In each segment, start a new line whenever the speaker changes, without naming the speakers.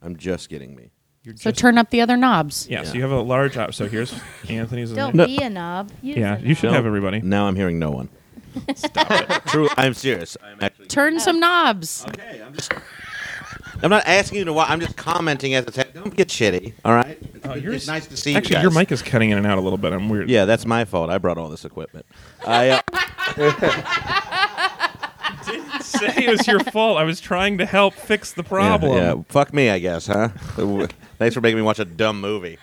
I'm just getting me.
You're
So
just-
turn up the other knobs.
Yeah,
Yeah.
so you have a large. Op- so here's Anthony's. and
Don't
then-
No.
be a knob. Use
yeah,
a
you should
knob.
have everybody.
Now I'm hearing no one. Stop it. True. I'm serious. I'm actually.
Turn some knobs.
Okay. I'm just. I'm not asking you to watch. I'm just commenting as it's happening. Don't get shitty. All right. It's,
Oh,
it's
yours-
nice to see
Actually,
you
your
guys.
mic is cutting in and out a little bit. I'm weird.
Yeah, that's my fault. I brought all this equipment. I, uh,
say it was your fault. I was trying to help fix the problem.
Yeah, yeah. Fuck me, I guess, huh? Thanks for making me watch a dumb movie.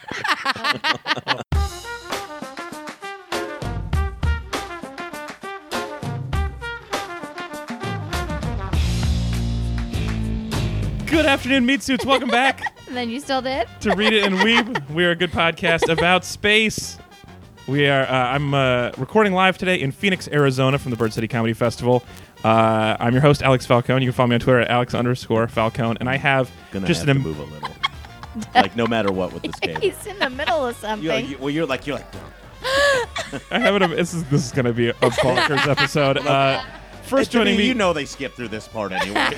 Good afternoon, meat suits. Welcome back
And then you still did.
to Read It and Weep. We are a good podcast about space. We are. Uh, I'm uh, recording live today in Phoenix, Arizona, from the Bird City Comedy Festival. Uh, I'm your host, Alex Falcone. You can follow me on Twitter at alex underscore Falcone, and I have
Gonna
just
have
an
to move a little. like no matter what with this game.
He's in the middle of something.
You're like, you, well, you're like you're like. "Don't."
I have an. This is this is going to be a bonkers episode. Uh, first
To me,
joining me,
you know they skip through this part anyway.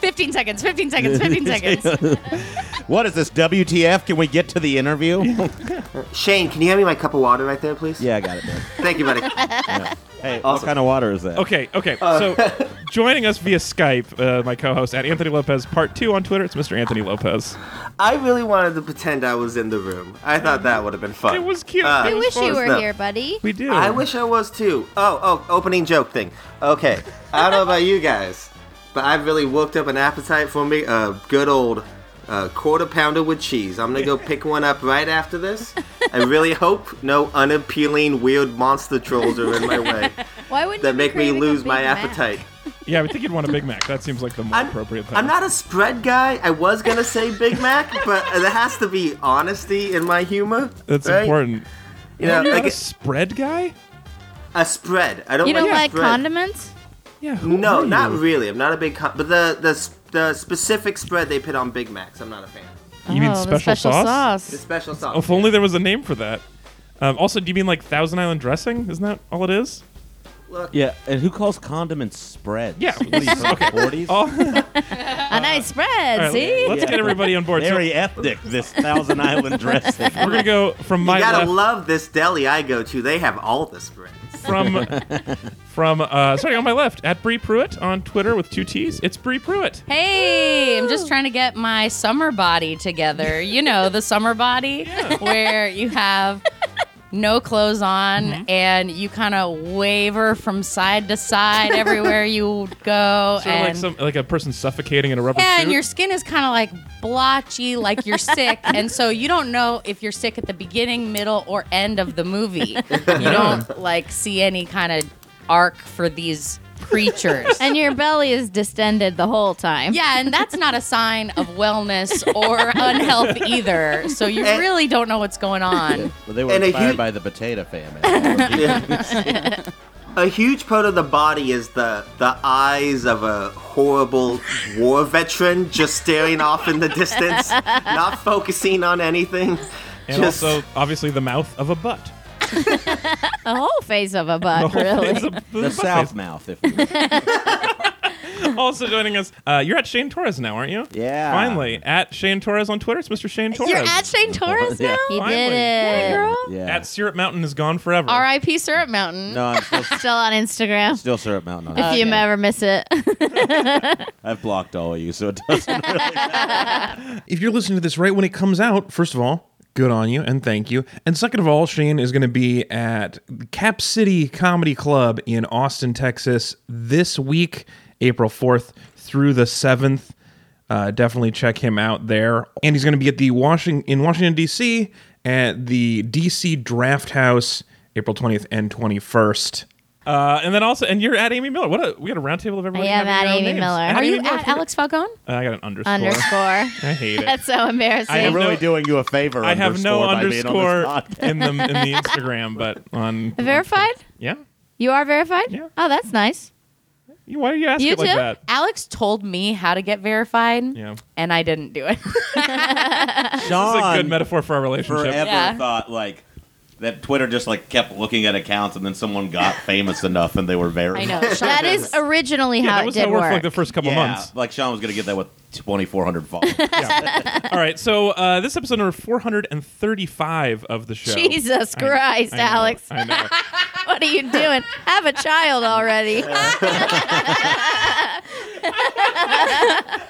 15 seconds, 15 seconds, 15 seconds.
what is this WTF? Can we get to the interview?
Shane, can you hand me my cup of water right there, please?
yeah, I got it. Man.
Thank you, buddy.
Hey, what
Awesome.
kind of water is that?
Okay, okay.
Uh.
so, joining us via Skype, uh, my co-host at Anthony Lopez Part Two on Twitter. It's Mr. Anthony Lopez.
I really wanted to pretend I was in the room. I thought that would have been fun.
It was cute.
Uh,
It
I
was
wish you
close,
were
though.
here, buddy.
We do.
I wish I was too. Oh, oh, opening joke thing. Okay, I don't know about you guys, but I've really worked up an appetite for me a good old uh, quarter pounder with cheese. I'm gonna go pick one up right after this. I really hope no unappealing weird monster trolls are in my way
Why wouldn't you
that
be
make me
craving a
lose
Big
my
Mac?
appetite.
Yeah, I would think you'd want a Big Mac. That seems like the more
I'm-
appropriate thing.
I'm not a spread guy. I was gonna say Big Mac, but there has to be honesty in my humor.
That's
right?
important.
You know,
You're
like
not a
a,
spread guy.
spread. I don't.
You don't like
spread.
condiments?
Yeah. who
No,
are
not
you?
really. I'm not a big. Con- but the the s- the specific spread they put on Big Macs, I'm not a fan.
You mean
oh,
special,
the special
sauce?
The
sauce.
special sauce.
Oh, If only there was a name for that. Um, also, do you mean like Thousand Island dressing? Isn't that all it is?
Look,
Yeah, and who calls condiments spreads?
Yeah.
What are you, from the 40s?
Oh, all right,
A nice spread, see?
let's get everybody on board. So
Very ethnic, this Thousand Island dressing.
we're gonna go from
you
my
gotta
left
love this deli I go to. They have all the spreads.
from from uh, starting on my left at Bree Pruitt on Twitter with two T's. It's Bree Pruitt.
Hey, I'm just trying to get my summer body together. You know, the summer body where you have no clothes on
Mm-hmm.
and you kind of waver from side to side everywhere you go.
Sort of
and
like some like a person suffocating in a rubber
Yeah,
suit.
and your skin is kind of like blotchy, like you're sick, and so you don't know if you're sick at the beginning, middle, or end of the movie. You don't like see any kind of arc for these creatures.
And your belly is distended the whole time.
yeah, and that's not a sign of wellness or unhealth either. So you
Eh.
really don't know what's going on.
Well, they were
And a
inspired
hu-
by the potato famine.
Yeah. a huge part of the body is the the eyes of a horrible war veteran just staring off in the distance, not focusing on anything.
and
just-
also obviously the mouth of a butt.
The whole face of a butt, really.
It's a- it's a
the
butt
South
face.
Mouth, if you will.
Also joining us, uh, you're at Shane Torres now, aren't you?
Yeah.
Finally, at Shane Torres on Twitter. It's Mr. Shane Torres.
You're at Shane Torres
Yeah.
now.
He
Finally.
did it.
Yeah.
At Syrup Mountain is gone forever.
R.I.P. Syrup Mountain.
No, I'm still,
Still on Instagram.
still Syrup Mountain. On
if
that.
you ever miss it.
I've blocked all of you, so it doesn't really.
If you're listening to this right when it comes out, first of all, good on you and thank you. And second of all, Shane is going to be at Cap City Comedy Club in Austin, Texas this week, April 4th through the 7th. Uh, definitely check him out there. And he's going to be at the Washington in Washington D.C. at the D.C. Draft House April 20th and 21st. Uh, and then also, and you're at Amy Miller. What a we got a roundtable of everybody.
I am
having their
at
own
Amy
names.
Miller.
Are you
Amy Miller
at
Twitter.
Alex Falcone?
Uh, I got an underscore.
underscore.
I hate it.
That's so embarrassing.
I have
I'm really
no-
doing you a favor.
I have no
by being on this
underscore
podcast.
in the in the Instagram, but on
verified?
yeah.
You are verified?
Yeah.
Oh, that's nice.
You- Why do you ask
You
it like
too?
that?
Alex told me how to get verified,
Yeah,
and I didn't do it.
this is a
Sean
good metaphor for our relationship.
forever
Yeah.
thought like that Twitter just like kept looking at accounts, and then someone got famous enough, and they were very.
I know.
Yeah,
Sean
That
does.
is originally
Yeah,
how
that
it
was
did
how it worked for
work.
like the first couple months.
like Sean was gonna get that with 2,400 followers.
All right, so uh, this episode number 435 of the show.
Jesus
I know,
Christ,
I know,
Alex.
I know.
What are you doing? Have a child already.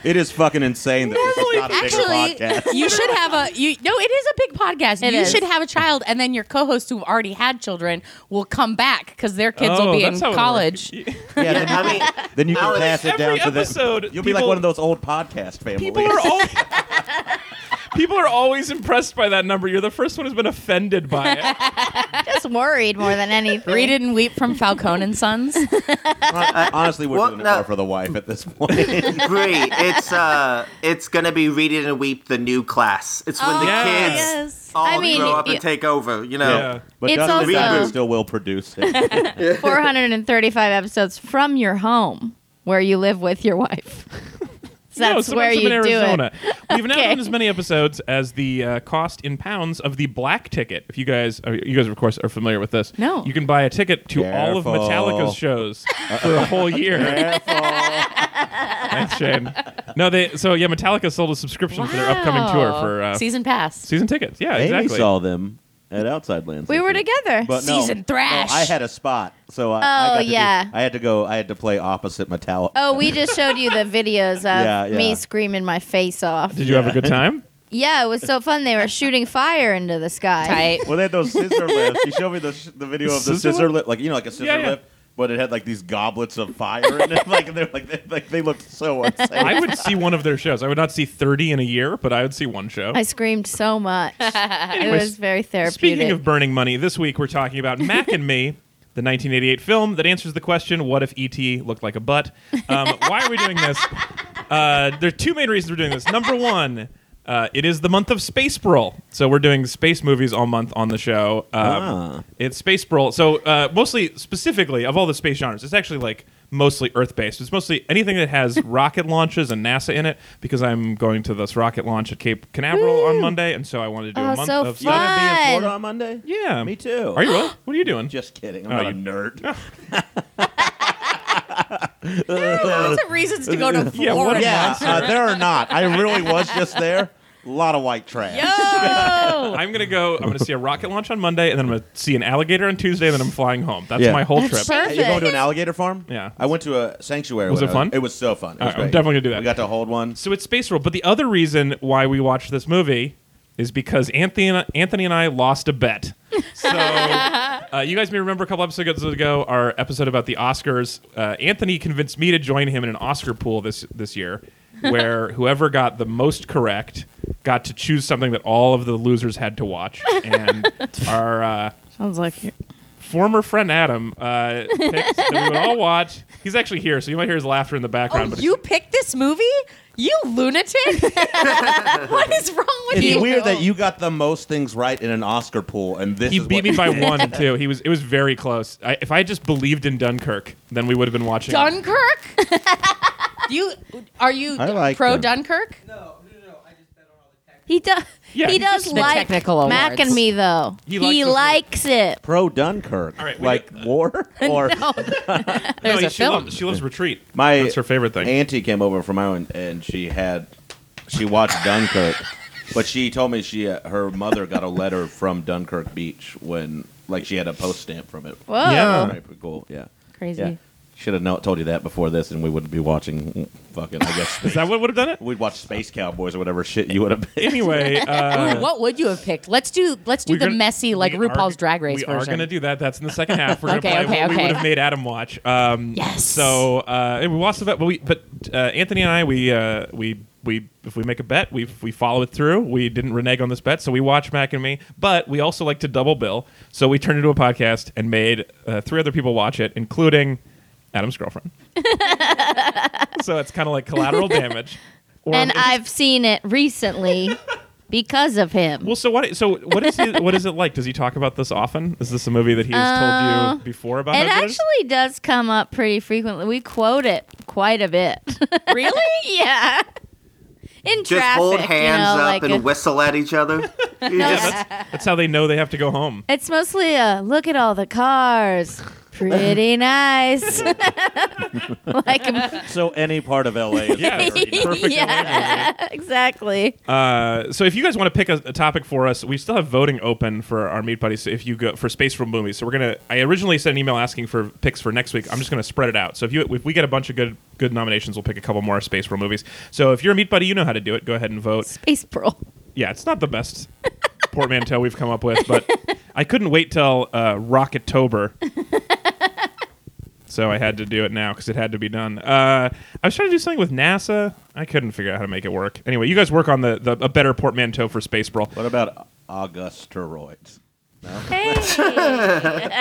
it is fucking insane that this is not a bigger podcast.
Actually, you should have a you. No, it is a big podcast.
It
you
is.
should have a child, and then your co-hosts who've already had children will come back because their kids will
Oh,
be
that's
in
how it works.
college.
Yeah, then,
I mean,
then you can
Alex,
pass it down
every
to the.
episode,
You'll be like
people-
one of those old podcast families.
People are always people are always impressed by that number. You're the first one who's been offended by it.
Just worried more than anything.
Read it and weep from Falcone and Sons.
Honestly, we're
Well,
doing
no.
it more for the wife at this point.
agree. It's uh, it's gonna be read it and weep the new class. It's when the
Oh,
kids
Yes.
all
I mean,
grow up
y-
and take over. You know.
Yeah.
But
It's
Dustin
also-
Diamond still will produce it.
435 episodes from your home where you live with your wife. So that's
no,
where you
in Arizona.
do it.
We've now
Okay.
done as many episodes as the uh, cost in pounds of the black ticket. If you guys, uh, you guys of course are familiar with this.
No.
you can buy a ticket to all of
Careful.
Metallica's shows for a whole year. Thanks, Shane. No, they. So yeah, Metallica sold a subscription for their upcoming tour
Wow.
for uh, season,
Oh, season pass.
tickets. Yeah,
Amy
exactly.
saw them at Outside Lands.
We
I
were
think.
together.
But no,
Season thrash.
No, I had a spot, so I. I
Oh,
got to do-
yeah.
I had to go. I had to play opposite Metallica.
Oh, we just showed you the videos of
Yeah, yeah.
me screaming my face off.
Did you have a good time?
Yeah, it was so fun. They were shooting fire into the sky.
Tight.
Well, they had those scissor lifts. You showed me the, sh- the video of the
Scissor
scissor,
lift?
lift, like you know, like a scissor
Yeah, yeah.
lift, but it had like these goblets of fire in it. Like they're like they, like they looked so unsafe.
I would see one of their shows. I would not see 30 in a year, but I would see one show.
I screamed so much. it
Anyways,
was very therapeutic.
Speaking of burning money, this week we're talking about Mac and Me, the 1988 film that answers the question, "What if ET looked like a butt?" Um, why are we doing this? Uh, there are two main reasons we're doing this. Number one. Uh, it is the month of Space Brawl, so we're doing space movies all month on the show. Um,
Ah.
It's Space Brawl, so uh, mostly specifically of all the space genres, it's actually like mostly Earth based. It's mostly anything that has rocket launches and NASA in it, because I'm going to this rocket launch at Cape Canaveral on Monday, and so I wanted to do
Oh,
a month
so
of
You gonna be in
Fun.
Florida on Monday?
yeah.
me too.
Are you really? What are you doing?
Just kidding. I'm
Oh,
not a nerd.
Lots of reasons to go to Florida.
Yeah, what
yeah, uh, there are not. I really was just there. A lot of white trash.
I'm gonna go. I'm gonna see a rocket launch on Monday, and then I'm gonna see an alligator on Tuesday, and then I'm flying home. That's
Yeah.
my whole trip.
Hey, you going to an alligator farm?
Yeah.
I went to a sanctuary.
Was
when
it
I
fun?
It was so fun. It was
Alright, I'm
great.
definitely gonna do that.
We got to hold one.
So it's Space World. But the other reason why we watched this movie is because Anthony and, Anthony and I lost a bet. So uh, you guys may remember a couple episodes ago our episode about the Oscars. Uh, Anthony convinced me to join him in an Oscar pool this this year, where whoever got the most correct got to choose something that all of the losers had to watch. And our uh,
Sounds like
former friend Adam uh, picked that we would all watch. He's actually here, so you might hear his laughter in the background.
Oh,
but
you picked this movie? You lunatic! what is wrong with
It's
you?
weird that you got the most things right in an Oscar pool, and this
he
is
beat
what
me
you
by
did.
one too. He was it was very close. I, if I had just believed in Dunkirk, then we would have been watching.
Dunkirk? you are you
I like
pro
them.
Dunkirk?
he does.
Yeah,
he
he's
does
just- The
like
technical
Mac
awards.
and me though.
He likes this
He,
movie.
likes it.
Pro Dunkirk.
right, we
like war or
No,
There's
he-
a
she,
film.
loves, she loves Retreat.
my.
That's her favorite thing.
Auntie came over from Ireland, and she had she watched Dunkirk, but she told me she uh, her mother got a letter from Dunkirk Beach when like she had a post stamp from it.
Whoa.
Yeah.
Right, pretty cool. Yeah.
Crazy.
Yeah. Should have told you that before this, and we wouldn't be watching mm, fucking. I guess
Is that what would have done it?
we'd watch Space Cowboys or whatever shit you would have. been.
Anyway, uh,
Ooh, what would you have picked? Let's do let's do
we're
the
gonna-
messy like
we are
RuPaul's
g-
Drag Race
We
version.
are going to do that. That's in the second half. We're going to
Okay,
play
okay,
what we
okay.
would have made Adam watch. Um,
Yes.
So uh, and we lost the bet, but we but uh, Anthony and I we uh, we we if we make a bet we we follow it through. We didn't renege on this bet, so we watch Mac and me. But we also like to double bill, so we turned it into a podcast and made uh, three other people watch it, including Adam's girlfriend. so it's kind of like collateral damage. Or
And
if-
I've seen it recently because of him.
Well, so what? So what is he, what is it like? Does he talk about this often? Is this a movie that he's
Uh,
told you before about?
It
how good is?
actually does come up pretty frequently. We quote it quite a bit.
Really?
yeah. In
Just
traffic,
hold hands
you know, like
up and
a-
whistle at each other. You just-
That's how they know they have to go home.
it's mostly a look at all the cars. pretty nice. like,
So any part of LA is
Yeah, it's
dirty.
perfect.
yeah, exactly.
Uh, so if you guys want to pick a, a topic for us, we still have voting open for our meat buddies. If you go for space for movies, so we're gonna. I originally sent an email asking for picks for next week. I'm just gonna spread it out. So if you if we get a bunch of good good nominations, we'll pick a couple more space for movies. So if you're a meat buddy, you know how to do it. Go ahead and vote.
Space Pearl.
Yeah, it's not the best portmanteau we've come up with, but I couldn't wait till uh, Rocketober. So I had to do it now because it had to be done. Uh, I was trying to do something with NASA. I couldn't figure out how to make it work. Anyway, you guys work on the, the a better portmanteau for space brawl.
What about Augusteroids?
It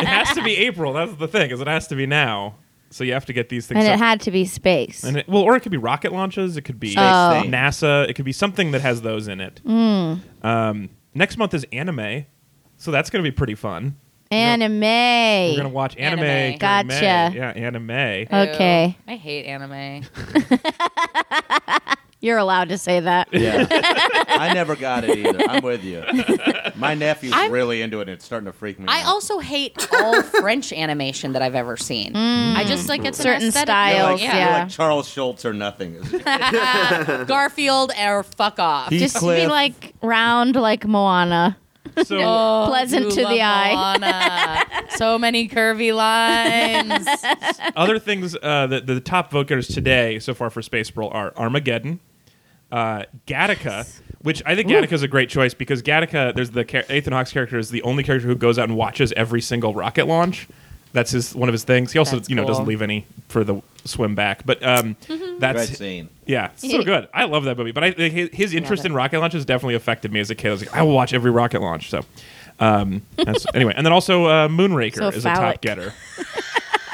has to be April. That's the thing, is it has to be now. So you have to get these things.
And it
up.
had to be space.
And it, well, or it could be rocket launches. It could be
Oh. thing.
NASA. It could be something that has those in it.
Hmm.
Um, next month is anime, so that's going to be pretty fun. We're going to
Anime.
watch anime.
Anime.
during
Gotcha.
May. Yeah, anime.
Okay.
Ew, I hate anime.
You're allowed to say that.
Yeah, I never got it either. I'm with you. My nephew's really into it. and It's starting to freak me.
I
out.
also hate all French animation that I've ever seen. I just like it's an
Certain
aesthetic.
You're like,
styles,
you're
yeah.
like Charles Schultz or nothing.
Garfield or fuck off.
He-
Just be
Cliff.
like round like Moana.
So
Oh,
Pleasant
you
to the
love
eye.
Moana. so many curvy lines.
other things uh, that the top vote getters today so far for Space Brawl are Armageddon, uh, Gattaca, which I think Gattaca is a great choice because Gattaca, there's the char- Ethan Hawke's character is the only character who goes out and watches every single rocket launch. That's his one of his things. He also,
That's
you know, doesn't
cool.
leave
Mm-hmm.
any for the swim back. But um,
Great
that's
scene.
yeah, so good. I love that movie. But I, his, his interest
it.
in rocket launches definitely affected me as a kid. I was like, I will watch every rocket launch. So um, that's, anyway, and then also uh, Moonraker
So
is a
phallic.
top getter.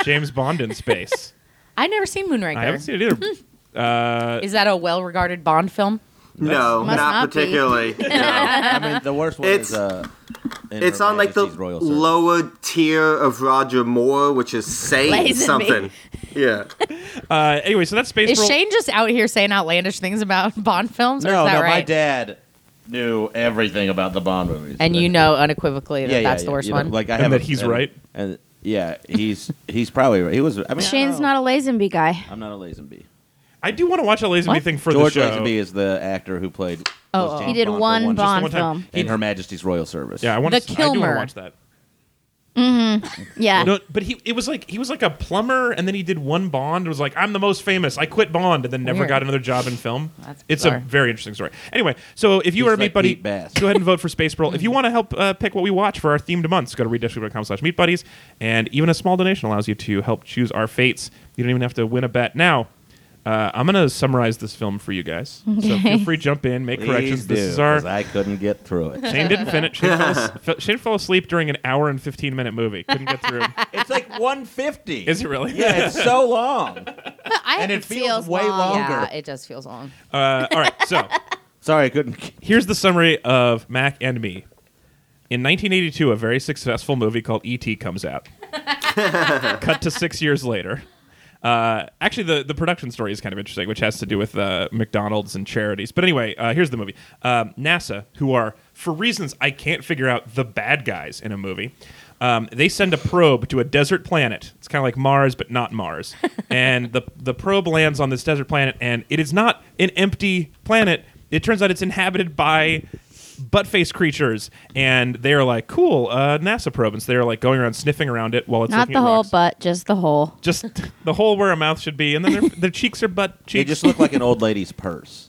James Bond in space.
I've never seen Moonraker.
I haven't seen it either. Uh,
Is that a well-regarded Bond film?
No,
Must
not,
not be.
particularly.
I mean, the worst one
It's-
is uh, in
it's
Her
on like the
Majesty's Royal Service.
lower tier of Roger Moore, which is saying
Lazenby.
something. Yeah.
uh, anyway, so that's space.
Is
Brawl.
Shane just out here saying outlandish things about Bond films? Or
No,
is that
no,
right?
my dad knew everything about the Bond movies,
And you know unequivocally that
yeah, yeah,
that's the
yeah,
worst
you know,
one.
Like I
And
have
that
a-
he's
and-
right?
and yeah, he's he's probably right. He was. I mean, I don't
Shane's
know.
not a Lazenby guy.
I'm not a Lazenby.
I do want to watch a Lazenby
What?
thing for
George
the show.
Lazenby is the actor who played.
Oh,
was
oh.
James
He did
Bond for
one
just the
Bond
one time.
film.
in Her Majesty's Royal Service.
Yeah, I want to.
The
I do want
Kilmer.
to watch that.
Yeah.
No, but he it was like he was like a plumber, and then he did one Bond. and Was like I'm the most famous. I quit Bond, and then never
Weird.
got another job in film.
That's
it's
bizarre.
a very interesting story. Anyway, so if you
He's
are a meat
like
buddy,
Pete Bass.
go ahead and vote for Space Pearl. if you want to help uh, pick what we watch for our themed months, go to readdistrict.com/slash meat buddies, and even a small donation allows you to help choose our fates. You don't even have to win a bet now. Uh, I'm gonna summarize this film for you guys. So feel free, to jump in, make
Please
corrections. this
do,
is our
'cause I couldn't get through it.
Shane didn't finish. Shane fell, as- fell- Shane fell asleep during an hour and 15 minute movie. Couldn't get through.
It's like 150.
Is it really?
Yeah, it's so long.
I,
and it feels
feels
way
long.
longer.
Yeah, it does feels long.
Uh, all right, so
Sorry, I couldn't.
here's the summary of Mac and Me. In 1982, a very successful movie called E.T. comes out. Cut to six years later. Uh, actually, the, the production story is kind of interesting, which has to do with uh, McDonald's and charities. But anyway, uh, here's the movie um, NASA, who are, for reasons I can't figure out, the bad guys in a movie. Um, they send a probe to a desert planet. It's kind of like Mars, but not Mars. and the, the probe lands on this desert planet, and it is not an empty planet. It turns out it's inhabited by butt face creatures, and they are like, cool, uh, NASA probe. And so they're like going around sniffing around it while it's
Not
looking
the
at
whole
rocks.
butt, just the whole.
just the hole where a mouth should be, and then their, their cheeks are butt
They
cheeks.
just look like an old lady's purse.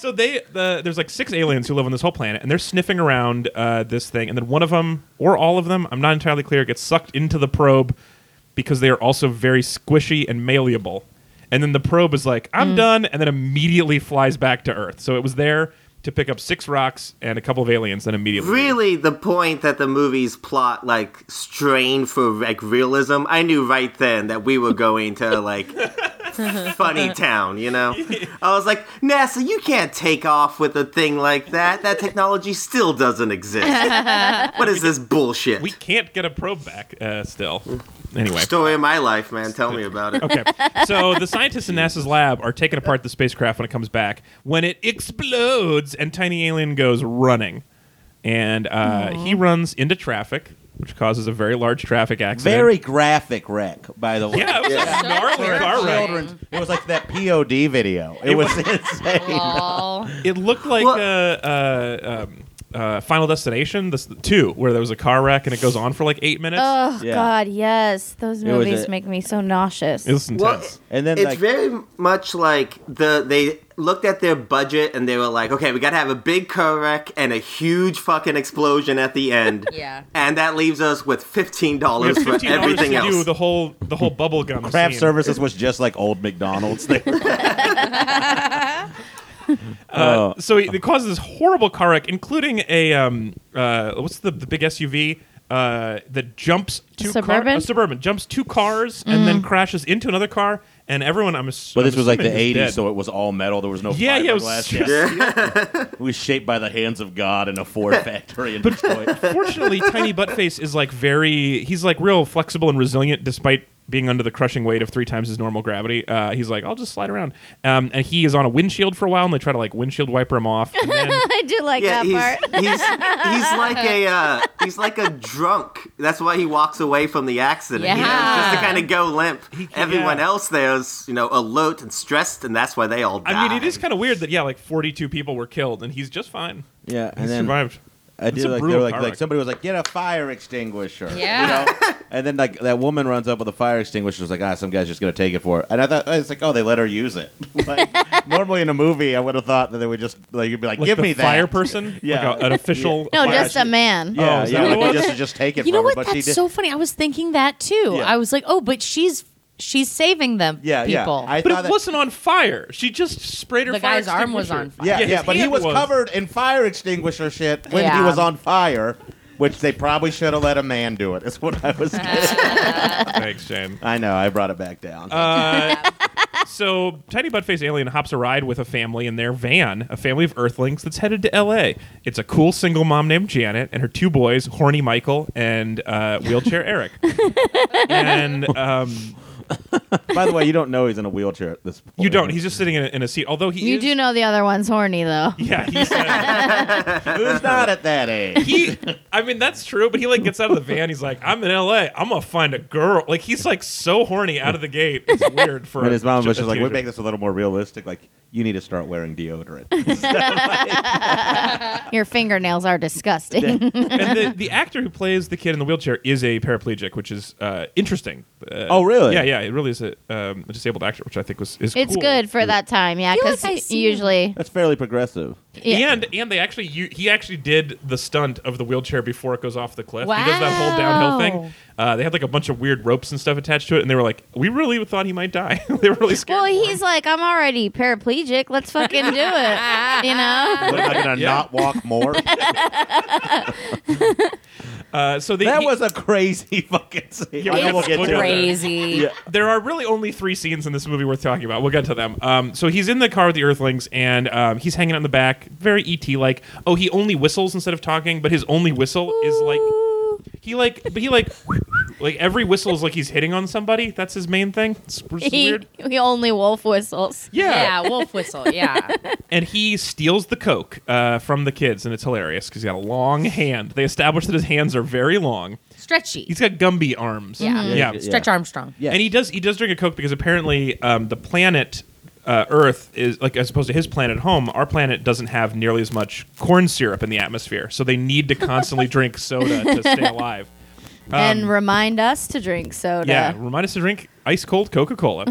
so they the, there's like six aliens who live on this whole planet, and they're sniffing around uh, this thing, and then one of them or all of them, I'm not entirely clear, gets sucked into the probe because they are also very squishy and malleable. And then the probe is like, "I'm done," and then immediately flies back to Earth. So it was there to pick up six rocks and a couple of aliens, then immediately
Really, the point that the movie's plot like strained for like realism, I knew right then that we were going to like funny town. You know, I was like, NASA, you can't take off with a thing like that. That technology still doesn't exist. what is this bullshit?
we can't get a probe back uh, still. Anyway,
Story of my life, man. Tell me about it.
Okay. So the scientists in NASA's lab are taking apart the spacecraft when it comes back. When it explodes and tiny alien goes running, and uh, he runs into traffic. which causes a very large traffic accident.
Very graphic wreck, by the way.
Yeah, it was
Yeah.
a gnarly car wreck.
Children- It was like that POD video. It, was, insane.
Lol.
It looked like uh,
Well-
uh, um, uh, Final Destination, this two, where there was a car wreck and it goes on for like eight minutes.
Oh
Yeah.
God, yes, those
It was
movies
a-
make me so nauseous.
it was
Well,
intense.
And then
it's
like
very much like the they looked at their budget and they were like, okay, we got to have a big car wreck and a huge fucking explosion at the end.
Yeah.
And that leaves us with fifteen dollars for
Fifteen dollars to
everything
do
else.
the whole the whole bubble gum
craft
scene.
services was just like old McDonald's. They were Oh.
Uh, so it it causes this horrible car wreck, including a um, uh, what's the, the big SUV uh, that jumps two
Suburban?
Car- a suburban jumps two cars and then crashes into another car, and everyone I'm
But
assuming.
this was like the
is dead.
'80s, so it was all metal. There was no
yeah, yeah, it was
fiberglass.
just-
It was shaped by the hands of God in a Ford factory in Detroit.
Fortunately, Tiny Buttface is like very. He's like real flexible and resilient despite being under the crushing weight of three times his normal gravity. Uh, he's like, I'll just slide around. Um, and he is on a windshield for a while, and they try to like windshield wiper him off. And then
I do like
yeah,
that part.
he's, he's he's like a uh, he's like a drunk. That's why he walks away from the accident. you know, just to
Yeah.
kind of go limp. Everyone
yeah.
else there's you know alert and stressed, and that's why they all die.
I mean, it is kind of weird that yeah, like 42 people were killed, and he's just fine.
Yeah,
He survived.
I
It's
did
a
like they
brutal
were like,
car
like
wreck.
somebody was like, get a fire extinguisher. you
Yeah.
know? and then like that woman runs up with a fire extinguisher. was like, ah, some guy's just gonna take it for it. And I thought it's like, oh, they let her use it. like, normally in a movie, I would have thought that they would just like you'd be like,
Like
give
the
me that
fire person.
Yeah.
like a, an official.
no,
fire-
just a man.
Yeah,
Oh, is that
yeah,
what it
like,
was?
they just just take it.
You know
from her, But
what?
she
That's
did.
so funny. I was thinking that too.
Yeah.
I was like, oh, but she's she's saving them.
yeah,
people.
yeah. I
But
thought
it
that-
wasn't on fire. She just sprayed her.
The
fire
guy's arm was on
extinguisher.
fire.
Yeah, yeah,
his
but he
hand
was, covered in fire extinguisher shit when he
Yeah.
was on fire, which they probably should have let a man do it. Is what I was. Getting.
Thanks, Shane.
I know. I brought it back down.
Uh, so Tiny Buttface Alien hops a ride with a family in their van, a family of Earthlings that's headed to L.A. It's a cool single mom named Janet and her two boys, Horny Michael and uh, Wheelchair Eric. and um,
By the way, you don't know he's in a wheelchair at this point.
you don't. He's just sitting in a, in a seat. Although he
You
is-
do know the other one's horny though.
Yeah, he's. Uh,
Who's not at that age?
he i mean that's true but he like gets out of the van he's like i'm in la i'm gonna find a girl like he's like so horny out of the gate it's weird for
When his mom was just
a
like, "We
teenager.
make this a little more realistic. Like, you need to start wearing deodorant."
Your fingernails are disgusting.
and the, the actor who plays the kid in the wheelchair is a paraplegic which is uh, interesting uh,
Oh, really?
yeah yeah it really is a, um, a disabled actor which i think was is
it's
cool.
good for that time, yeah,
feel like
because
I see
usually
That's fairly progressive.
yeah.
and and they actually you, he actually did the stunt of the wheelchair before it goes off the cliff. He does that whole downhill
Wow.
thing. Uh, they had like a bunch of weird ropes and stuff attached to it, and they were like, "We really thought he might die." they were really scared.
Well,
for him.
he's like, I'm already paraplegic. Let's fucking do it. You know?
What am I gonna
Yeah.
not walk more?
uh, so they,
that
he-
was a crazy fucking scene.
Yeah,
I
we
know we'll
have to
get
look
to
at
it.
it.
Crazy.
there are really only three scenes in this movie worth talking about. We'll get to them. Um, so he's in the car with the Earthlings, and um, he's hanging out in the back, very ET like. Oh, he only whistles instead of talking, but his only whistle is like he like, but he like, like every whistle is like he's hitting on somebody. That's his main thing. It's, it's
He,
weird.
he only wolf whistles.
Yeah.
wolf whistle. Yeah.
and he steals the coke uh, from the kids, and it's hilarious because he's got a long hand. They establish that his hands are very long.
Stretchy.
He's got Gumby arms.
Yeah.
yeah.
Stretch Armstrong.
Yeah.
And he does he does drink a Coke because apparently um, the planet uh, Earth is like as opposed to his planet home, our planet doesn't have nearly as much corn syrup in the atmosphere, so they need to constantly drink soda to stay alive.
and remind us to drink soda.
Yeah, remind us to drink ice cold Coca Cola.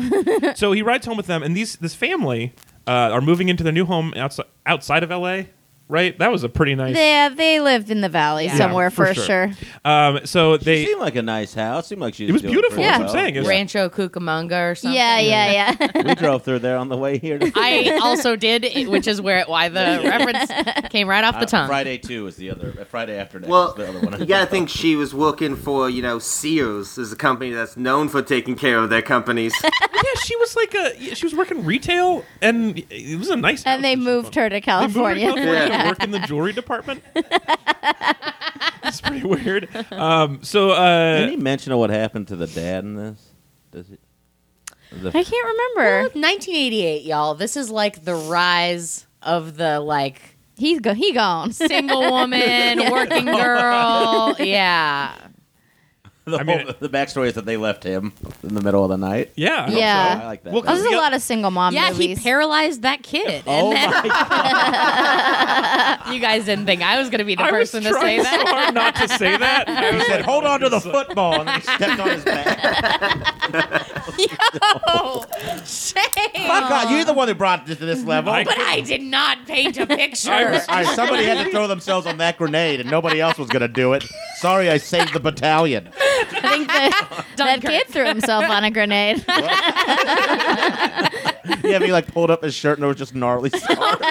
so he rides home with them, and these this family uh, are moving into their new home outside outside of L.A. Right? That was a pretty nice.
They, uh, they lived in the valley
Yeah,
somewhere for, sure.
Um, so they.
It seemed like a nice house. Seemed like she.
It was
doing
beautiful.
pretty
that's what
well.
I'm saying. It's-
Rancho Cucamonga or something.
Yeah, yeah, yeah.
we drove through there on the way here. To-
I also did, it- which is where why the reference came right
Uh,
off the tongue.
Friday two is the other. uh, Friday after next
Well,
is the other one.
you gotta think she was working for you know Sears, is a company that's known for taking care of their companies.
yeah, she was like a. She was working retail, and it was a nice. house
and they
that she
moved
bought.
her
They
to
moved her to
California.
California to
Yeah.
work in the jewelry department. It's pretty weird. Um, so uh,
Any mention of what happened to the dad in this? Does it? The
I can't remember.
1988, y'all. This is like the rise of the like
He's go- he gone.
Oh, single woman, working girl. Yeah.
The,
I mean,
whole- the backstory is that they left him in the middle of the night.
Yeah. I hope
Yeah.
I like that.
Well,
Oh, There's a
Yeah.
lot of single mom
yeah,
movies.
he paralyzed that kid.
oh
and then
my
you guys didn't think I was going to be the
I was
person to say
trying so
that.
hard not to say that. I
He
was
said,
like,
"Hold on to the football," and he stepped on his back.
Oh, shame.
My God, you're the one who brought this to this level.
I-
But I did not paint a
I
picture.
was-
All right, somebody had to throw themselves on that grenade, and nobody else was going to do it. Sorry, I saved the battalion.
I think that, that
Dunkirk.
kid threw himself on a grenade.
Yeah, he like pulled up his shirt, and there was just gnarly scars.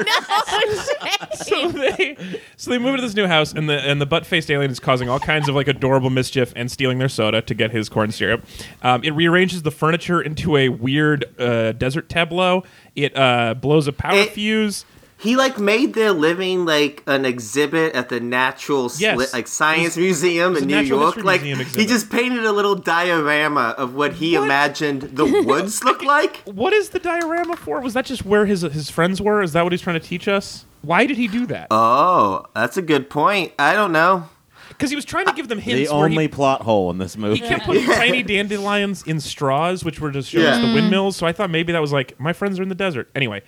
so they so they move to this new house and the and the butt faced alien is causing all kinds of like adorable mischief and stealing their soda to get his corn syrup. Um, it rearranges the furniture into a weird uh, desert tableau. It uh, blows a power
It-
fuse.
He like made their living like an exhibit at the Natural sli-
Yes.
like Science Museum
was
in
a
New
natural
York.
history
Like
museum
he
exhibit.
just painted a little diorama of what he imagined the woods look like.
What is the diorama for? Was that just where his his friends were? Is that what he's trying to teach us? Why did he do that?
Oh, that's a good point. I don't know.
Because he was trying to give them
The
hints. where he-
only plot hole in this movie.
He kept putting tiny dandelions in straws, which were to show us
Yeah.
the windmills. So I thought maybe that was like my friends are in the desert. Anyway,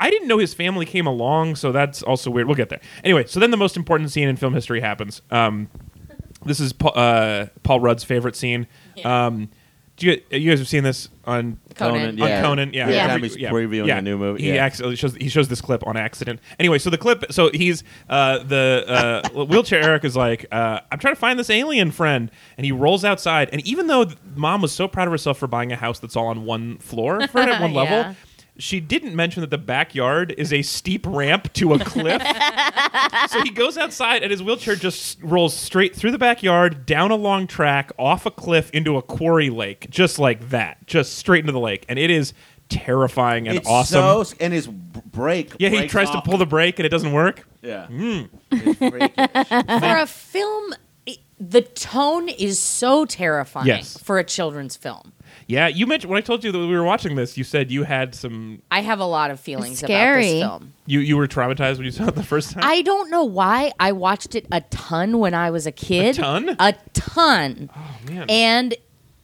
I didn't know his family came along, so that's also weird. We'll get there. Anyway, so then the most important scene in film history happens. Um, this is Paul, uh, Paul Rudd's favorite scene. Um, do you, you guys have seen this on
Conan.
on
Yeah.
Conan. Yeah,
Yeah.
Yeah.
Time he's previewing a new movie,
He
yeah.
accidentally shows he shows this clip on accident. Anyway, so the clip, so he's uh, the uh, wheelchair Eric is like, uh, I'm trying to find this alien friend, and he rolls outside. And even though th- mom was so proud of herself for buying a house that's all on one floor for it at one
Yeah.
level. She didn't mention that the backyard is a steep ramp to a cliff. so he goes outside and his wheelchair just rolls straight through the backyard, down a long track, off a cliff into a quarry lake, just like that, just straight into the lake. And it is terrifying and
it's
awesome.
So, and his brake.
yeah, he
breaks
tries to
off.
pull the Hmm. brake and it doesn't work.
Yeah. It's freaky.
for a film, it- the tone is so terrifying
Yes.
for a children's film.
Yeah, you mentioned when I told you that we were watching this, you said you had some
I have a lot of feelings about
Scary.
this film.
you you were traumatized when you saw it the first time.
I don't know why I watched it a ton when I was a kid.
ton?
A ton.
oh man.
And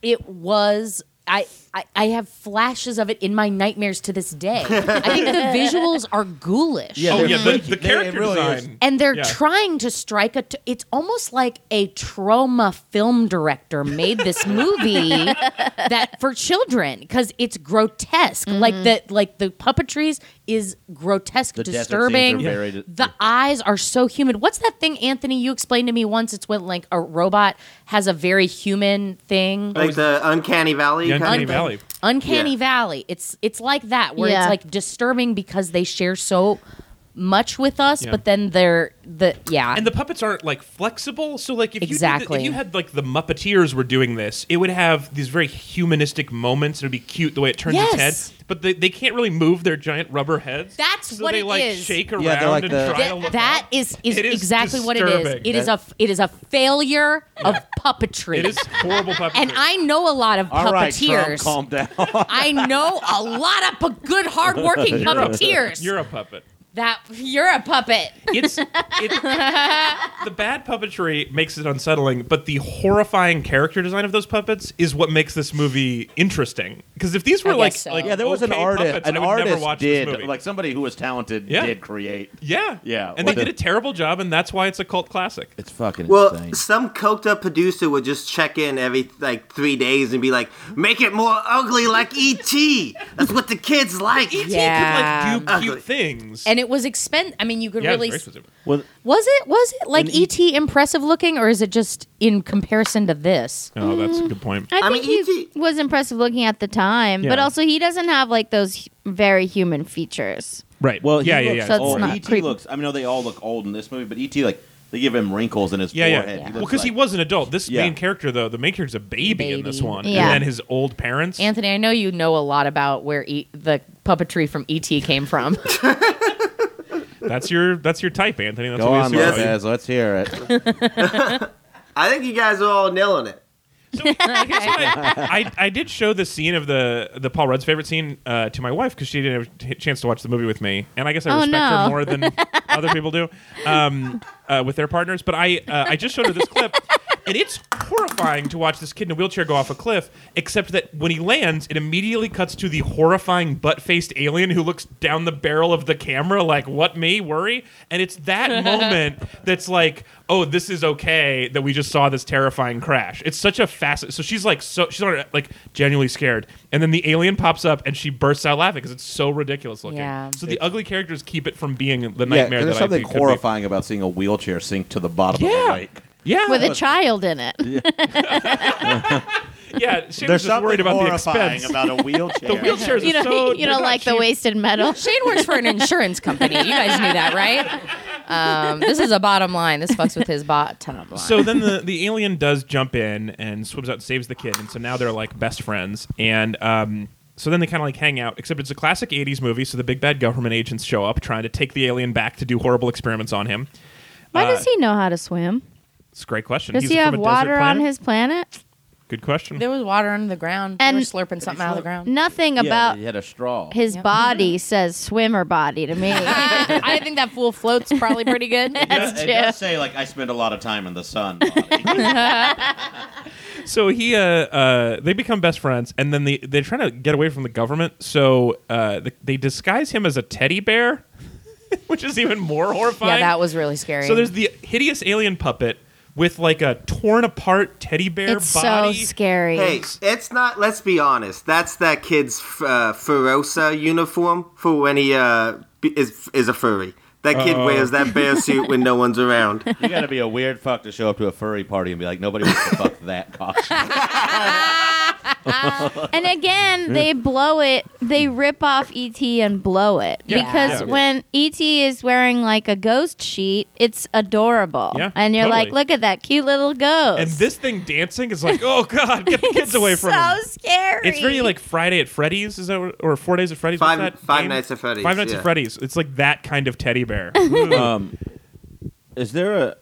it was I, I I have flashes of it in my nightmares to this day. I think the visuals are ghoulish.
Yeah,
oh
they're
yeah, the,
freaky. They-
the
it
character
really
design.
is.
and they're
Yeah.
trying to strike a. T- it's almost like a trauma film director made this movie that for children because it's grotesque. Like the like the puppetries is grotesque,
The desert scenes
disturbing.
are very di-
The eyes are so human. What's that thing, Anthony? You explained to me once. It's when like a robot has a very human
Oh,
thing.
Like the Uncanny Valley.
The Uncanny
kind of-
Valley.
Uncanny
Yeah.
Valley. It's it's like that where
Yeah.
it's like disturbing because they share so much with us,
Yeah.
but then they're the yeah.
And the puppets aren't like flexible, so like if you did the,
Exactly.
if you had like the Muppeteers were doing this, it would have these very humanistic moments. It would be cute the way it turns its
Yes.
head, but they, they can't really move their giant rubber heads.
That's
so
what
they
it
like
is.
shake around
they're like
and
the-
try to
Th-
look
that is is,
It is
exactly what it
disturbing.
is. It is a f- it is a failure of puppetry.
It is horrible puppetry.
and I know a lot of
All right, Trump,
puppeteers.
calm down.
I know a lot of pu- good, hardworking
You're a-
puppeteers.
You're a puppet.
that you're a puppet.
It's it, the bad puppetry makes it unsettling, but the horrifying character design of those puppets is what makes this movie interesting. Because if these were
I guess
like,
so.
like
yeah, there was an
okay
artist.
puppets,
an
I would
artist
never watch
did
this movie.
like somebody who was talented
Yeah.
did create.
Yeah.
Yeah,
And
well,
they
the-
did a terrible job, and that's why it's a cult classic.
It's fucking
Well,
insane.
some coked up producer would just check in every like three days and be like, "Make it more ugly, like E.T. That's what the kids like."
E.T.
Yeah.
could like do
Ugly.
cute things.
And it was expen. I mean, you could
yeah,
really.
it's very specific.
Well,
Was it was it like
And E-
ET impressive looking, or is it just in comparison to this?
Oh, that's a good point.
I,
I
think
mean,
he
E.T.
was impressive looking at the time, but
Yeah.
also he doesn't have like those hu- very human features.
Right.
Well, he
yeah, yeah,
looks
yeah.
So it's
old.
not
ET
creepy.
looks. I mean, no, they all look old in this movie, but ET like they give him wrinkles in his
yeah, yeah.
forehead. He
Well,
looks
because he
like-
was an adult. This
Yeah.
main character, though, the main character's a baby, in this
Baby.
one,
Yeah.
and then his old parents.
Anthony, I know you know a lot about where e- the puppetry from ET came from.
that's your that's your type, Anthony. That's
Go
what we
on,
assume about you.
Lopez. Let's hear it.
I think you guys are all nailing it.
So here's what I, I I did show the scene of the the Paul Rudd's favorite scene uh, to my wife because she didn't have a t- chance to watch the movie with me, and I guess I
Oh,
respect her
no.
more than other people do um, uh, with their partners. But I uh, I just showed her this clip, and it's horrifying to watch this kid in a wheelchair go off a cliff. Except that when he lands, it immediately cuts to the horrifying butt-faced alien who looks down the barrel of the camera like, "What me worry?" And it's that moment that's like, "Oh, this is okay." That we just saw this terrifying crash. It's such a facet. So she's like, so she's already, like genuinely scared, and then the alien pops up and she bursts out laughing because it's so ridiculous looking.
Yeah.
So the ugly characters keep it from being the
Yeah,
nightmare.
'cause
that
there's something
I think could be.
horrifying about seeing a wheelchair sink to the bottom of
Yeah.
the lake.
Yeah.
with a child in it.
Yeah, Shane was
There's
just
something
worried about the
horrifying
expense.
about a wheelchair.
the wheelchairs
You
are
know,
so
you
they're not
don't like the
cheap.
wasted metal.
Shane works for an insurance company. You guys knew that, right? Um, this is a bottom line. This fucks with his bottom line.
So then the, the alien does jump in and swims out and saves the kid, and so now they're like best friends. And um, so then they kind of like hang out, except it's a classic '80s movie. So the big bad government agents show up trying to take the alien back to do horrible experiments on him.
Why
Uh,
does he know how to swim?
It's a great question.
Does
He's
he
from
have
a desert
water on
planet?
his planet?
Good question.
there was water under the ground.
And-
And they were slurping something out of the ground.
Nothing
Yeah,
about
he had a straw.
his body says swimmer body to me.
I think that fool floats probably pretty good.
Yeah,
That's
it
true.
does say like I spend a lot of time in the sun. Bobby.
so he uh, uh they become best friends and then the, they're trying to get away from the government so uh th- they disguise him as a teddy bear which is even more horrifying
yeah, that was really scary.
so there's the hideous alien puppet with like a torn apart teddy bear
it's
body
so scary.
Hey, it's not. Let's be honest. That's that kid's uh, Ferosa uniform for when he uh, b- is is a furry. That kid
Oh.
wears that bear suit when no one's around.
you got to be a weird fuck to show up to a furry party and be like, nobody wants to fuck that costume.
And again, they blow it. They rip off ET and blow it
Yeah.
because
Yeah.
when ET is wearing like a ghost sheet, it's adorable.
Yeah,
and you're like,
totally.
look at that cute little ghost.
and this thing dancing is like oh god get the kids
It's
away from
so
him
scary.
It's very like Friday at Freddy's, is that what- or Four Days at Freddy's?
Five-
What's that
Five
game?
Nights at Freddy's,
Five Nights
yeah.
at Freddy's. It's like that kind of teddy bear.
um, is there a,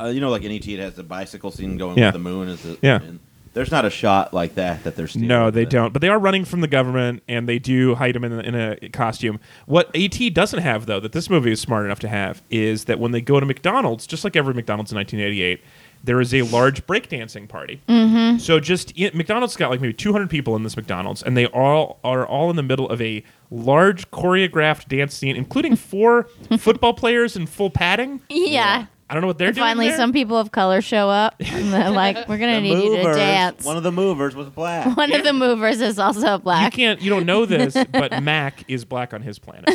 uh, you know, like in ET, it has the bicycle scene going
Yeah.
with the moon. Is it?
Yeah.
and there's not a shot like that that they're stealing.
No, they
That-
don't. But they are running from the government, and they do hide him in, in a costume. What AT doesn't have, though, that this movie is smart enough to have, is that when they go to McDonald's, just like every McDonald's in 1988, there is a large breakdancing party. Mm-hmm. So just yeah, McDonald's got like maybe 200 people in this McDonald's, and they all are all in the middle of a large choreographed dance scene, including four football players in full padding.
yeah.
I don't know what they're doing.
Finally,
there.
some people of color show up. And they're like, we're
The
gonna need you to
movers-
dance.
One of the movers was black.
One of the movers is also
you
black.
can't, you don't know this, but Mac is black on his planet.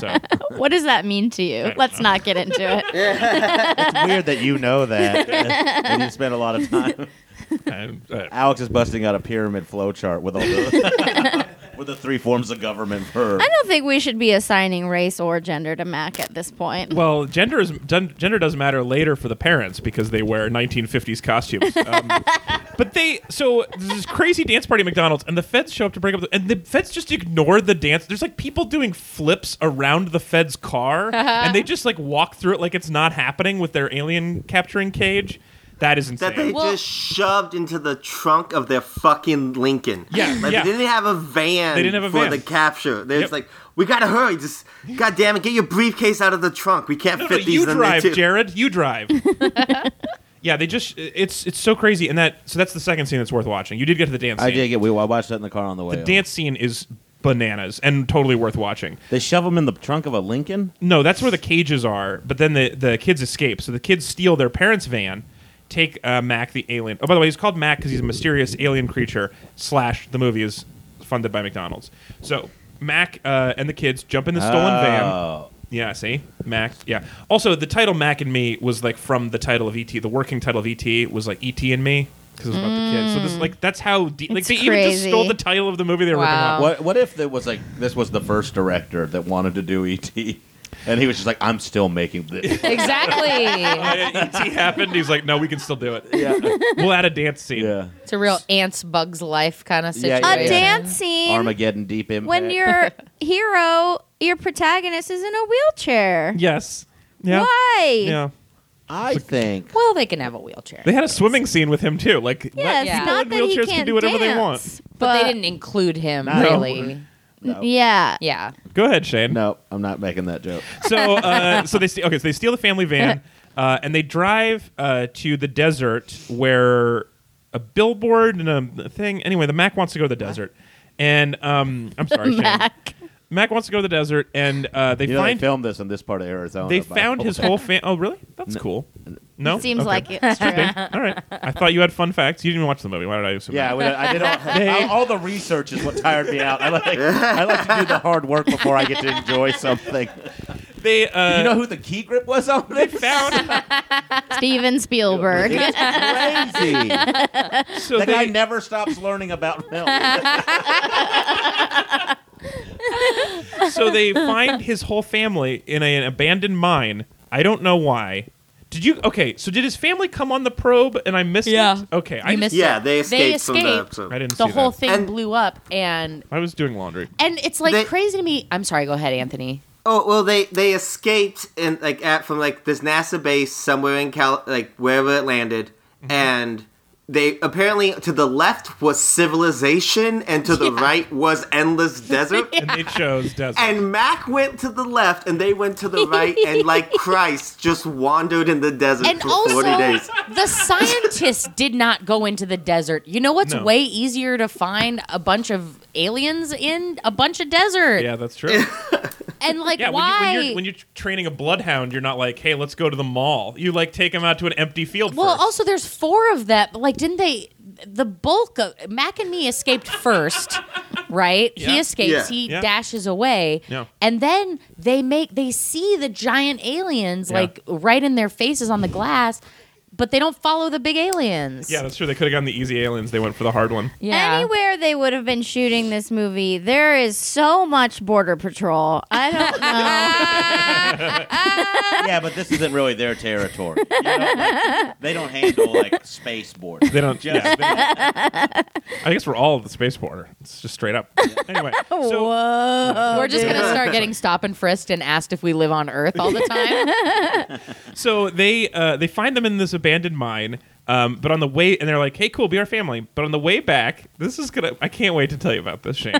So.
What does that mean to you?
don't
Let's not get into it.
It's weird that you know that.
and you spend a lot of time.
I'm- uh,
Alex is busting out a pyramid flowchart with all the with the three forms of government for
I don't think we should be assigning race or gender to Mac at this point.
Well, gender is gen- gender does matter later for the parents because they wear 1950s costumes. Um, but they so there's this crazy dance party at McDonald's, and the feds show up to break up, the, and the feds just ignore the dance. There's like people doing flips around the feds' car, and they just like walk through it like it's not happening with their alien capturing cage. That is insane.
That they
Well-
just shoved into the trunk of their fucking Lincoln.
Yeah,
like
yeah.
they didn't have a van.
They didn't have a
for
van.
the capture. They're just
Yep.
like, we gotta hurry. Just, god damn it, get your briefcase out of the trunk. We can't
No, no,
fit these
you
in
drive,
there too.
Jared. You drive. yeah, they just it's it's so crazy, and that so that's the second scene that's worth watching. You did get to the dance.
I
scene.
dig it. We I watched that in the car on the way.
The
over.
dance scene is bananas and totally worth watching.
They shove him in the trunk of a Lincoln.
No, that's where the cages are, but then the, the kids escape. So the kids steal their parents' van, take uh, Mac the alien. Oh, by the way, he's called Mac because he's a mysterious alien creature, slash, the movie is funded by McDonald's. So Mac uh, and the kids jump in the stolen van.
Oh.
Yeah, see? Mac. Yeah. Also, the title Mac and Me was like from the title of E.T. The working title of E.T. was like E.T. and Me because it was about the kids. So this like that's how de- like
Mm. It's
they even just
crazy.
stole the title of the movie they were ripping
Wow.
off.
Oh.
What what if there was like this was the first director that wanted to do ET, and he was just like, I'm still making this.
exactly.
Yeah, ET E happened. He's like, no, we can still do it. Yeah, we'll add a dance scene.
yeah,
It's a real ants bugs life kind of
Yeah,
situation.
yeah,
a
yeah.
dance scene
Armageddon deep impact.
when your hero, your protagonist, is in a wheelchair.
Yes. Yeah.
Why?
Yeah.
I think
Well, they can have a wheelchair,
They had a swimming scene with him too. Like,
Yeah,
let
it's
Yeah.
people
not
in
that he
wheelchairs
can't
can do whatever they want.
dance,
but they didn't include him
No.
really.
No.
Yeah.
Yeah.
Go ahead, Shane.
No, I'm not making that joke.
So, uh, so they ste- okay. So they steal the family van, uh, and they drive uh, to the desert where a billboard and a thing. Anyway, the Mac wants to go to the desert, and um, I'm sorry, Shane.
Mac.
Mac wants to go to the desert, and uh, they
You know, they
find
filmed this in this part of Arizona.
they
by
found
the
his
way.
whole family. Oh, really? That's cool. No,
Seems
Okay.
like it's true.
All right. I thought you had fun facts. You didn't even watch the movie. Why did I assume?
Yeah, I,
that?
would- I did all, all, all the research is what tired me out. I like I like to do the hard work before I get to enjoy something.
They uh,
You know who the key grip was on
they
it?
found.
Steven Spielberg.
It's crazy. that
so
guy
they,
never stops learning about film.
so they find his whole family in a- an abandoned mine. I don't know why. Did you okay? So did his family come on the probe and I missed
Yeah.
it? Okay, I
You missed
Yeah,
it.
they escaped, from the
escaped.
episode.
I didn't
The
see
whole
that.
thing
And-
blew up, and
I was doing laundry.
and it's like
They-
crazy to me. I'm sorry. Go ahead, Anthony.
Oh well, they they escaped and like at from like this NASA base somewhere in Cal, like wherever it landed,
Mm-hmm.
and they apparently to the left was civilization and to the right was endless desert.
And they chose desert.
And Mac went to the left and they went to the right, and like Christ just wandered in the desert
And
for
also,
forty days.
the scientists did not go into the desert. You know what's
No.
way easier to find a bunch of aliens in a bunch of desert?
yeah, that's true.
And like,
Yeah, when, you,
why?
when you're when you're training a bloodhound, you're not like, hey, let's go to the mall. You like take him out to an empty field.
Well,
first.
also there's four of them. Like, didn't they? The bulk of Mac and me escaped first, right? He
Yeah.
escapes.
Yeah.
He
Yeah.
dashes away,
Yeah.
and then they make they see the giant aliens
Yeah.
like right in their faces on the glass, but they don't follow the big aliens.
yeah, that's true. They could have gotten the easy aliens. They went for the hard one.
yeah.
Anywhere they would have been shooting this movie, there is so much border patrol. I don't know.
yeah, but this isn't really their territory. You know, like, they don't handle like space borders.
They don't.
Just-
yeah, they don't- I guess we're all at the space border. It's just straight up. Anyway, so
Whoa.
We're just gonna start getting stop and frisked and asked if we live on Earth all the time.
so they uh, they find them in this abandoned mine. Um, but on the way, and they're like, "Hey, cool, be our family." But on the way back, this is gonna—I can't wait to tell you about this, Shane.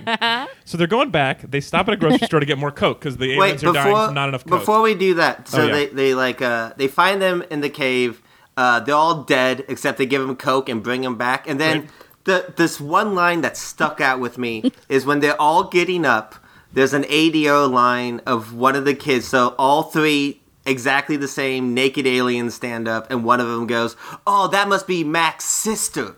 so they're going back. They stop at a grocery store to get more coke because the
Wait
aliens
before
are dying from not enough coke.
before we do that, so
Oh, yeah.
they they like uh they find them in the cave. Uh, they're all dead except they give them coke and bring them back. And then
Right.
the this one line that stuck out with me is when they're all getting up. There's an ADO line of one of the kids. So all three exactly the same naked aliens stand up, and one of them goes, "Oh, that must be Mac's sister."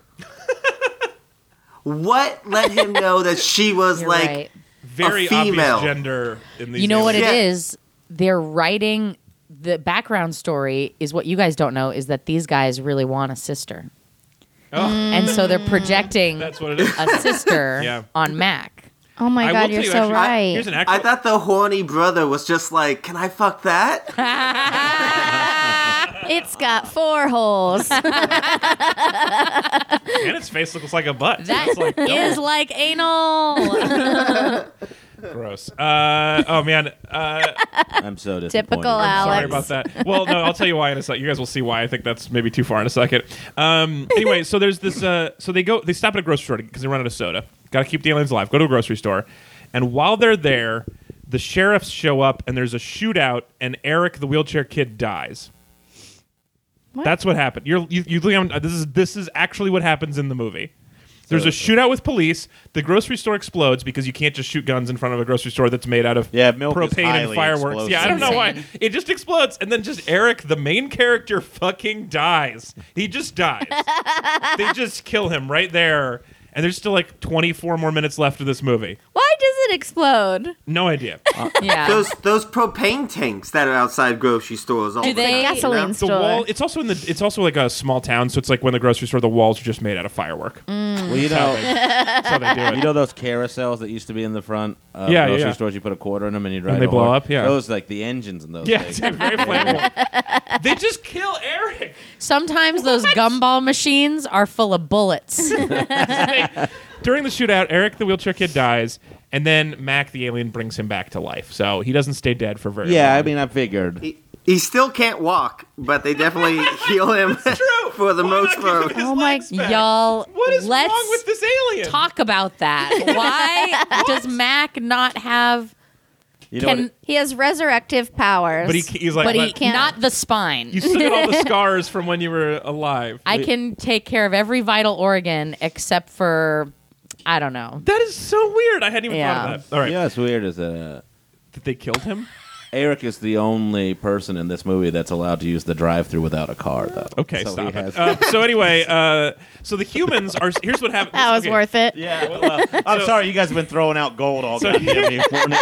what let him know that she was
You're
like?
right.
Very
a female.
obvious gender in these.
You know what
aliens.
it
Yeah.
is? They're writing the background story is what you guys don't know is that these guys really want a sister.
Oh,
And so they're projecting
that's what it is.
a sister
Yeah.
on Mac.
Oh my
I will
God,
tell
you're
you,
so
actually-
right.
Here's an actual.
I thought the horny brother was just like, "Can I fuck that?"
it's got four holes.
and its face looks like a butt.
That
It's like double
is like anal.
oh, gross. Uh, oh man. Uh,
I'm so disappointed.
Typical
Sorry
Alex.
about that. Well, no, I'll tell you why in a sec. You guys will see why. I think that's maybe too far in a second. Um, anyway, so there's this. Uh, so they go. They stop at a grocery store because they run out of soda. Got to keep the aliens alive. Go to a grocery store, and while they're there, the sheriffs show up, and there's a shootout, and Eric, the wheelchair kid, dies.
What?
That's what happened. You're you, you think I'm- this is this is actually what happens in the movie. There's a shootout with police. The grocery store explodes because you can't just shoot guns in front of a grocery store that's made out of
Yeah, milk is
propane and
highly
fireworks. Yeah, I don't know
explosive.
why. It just explodes, and then just Eric, the main character, fucking dies. He just dies. they just kill him right there, and there's still like 24 more minutes left of this movie.
Why does it explode?
No idea.
yeah.
Those those propane tanks that are outside grocery stores. All
Do
the
they-
time, you know?
Gasoline
the
store.
wall. It's also in the. It's also like a small town, so it's like when the grocery store, the walls are just made out of firework.
Mm.
Well, you know,
That's how they do it.
you know those carousels that used to be in the front of
Yeah, yeah,
grocery
yeah.
stores. You put a quarter in them and you'd ride.
they
a
blow
horse.
up, yeah.
those like the engines in those.
yeah, it's
things.
very flammable. they just kill Eric.
Sometimes those gumball machines are full of bullets.
They- during the shootout, Eric the wheelchair kid dies, and then Mac the alien brings him back to life. So he doesn't stay dead for very
Yeah,
long.
I mean, I figured.
He still can't walk, but they definitely heal him for the most votes.
his
Oh my-
legs back?
Y'all,
What is
let's
wrong with this alien?
talk about that. Why does Mac not have?
You know
Can
what?
He has resurrective powers.
But he, he's like,
but he
"Let-
can't-
not the spine.
you still got all the scars from when you were alive.
I can take care of every vital organ except for, I don't know.
that is so weird. I hadn't even thought
Yeah.
of that. All right,
Yeah, it's weird. Is that uh,
that they killed him?
Eric is the only person in this movie that's allowed to use the drive-through without a car, though.
Okay,
So
stop
he
it.
has-
Uh, so anyway, uh, so the humans are. Here's what happened.
that was
okay.
worth it.
Yeah, well, I'm
So-
sorry, you guys have been throwing out gold all goddamn morning.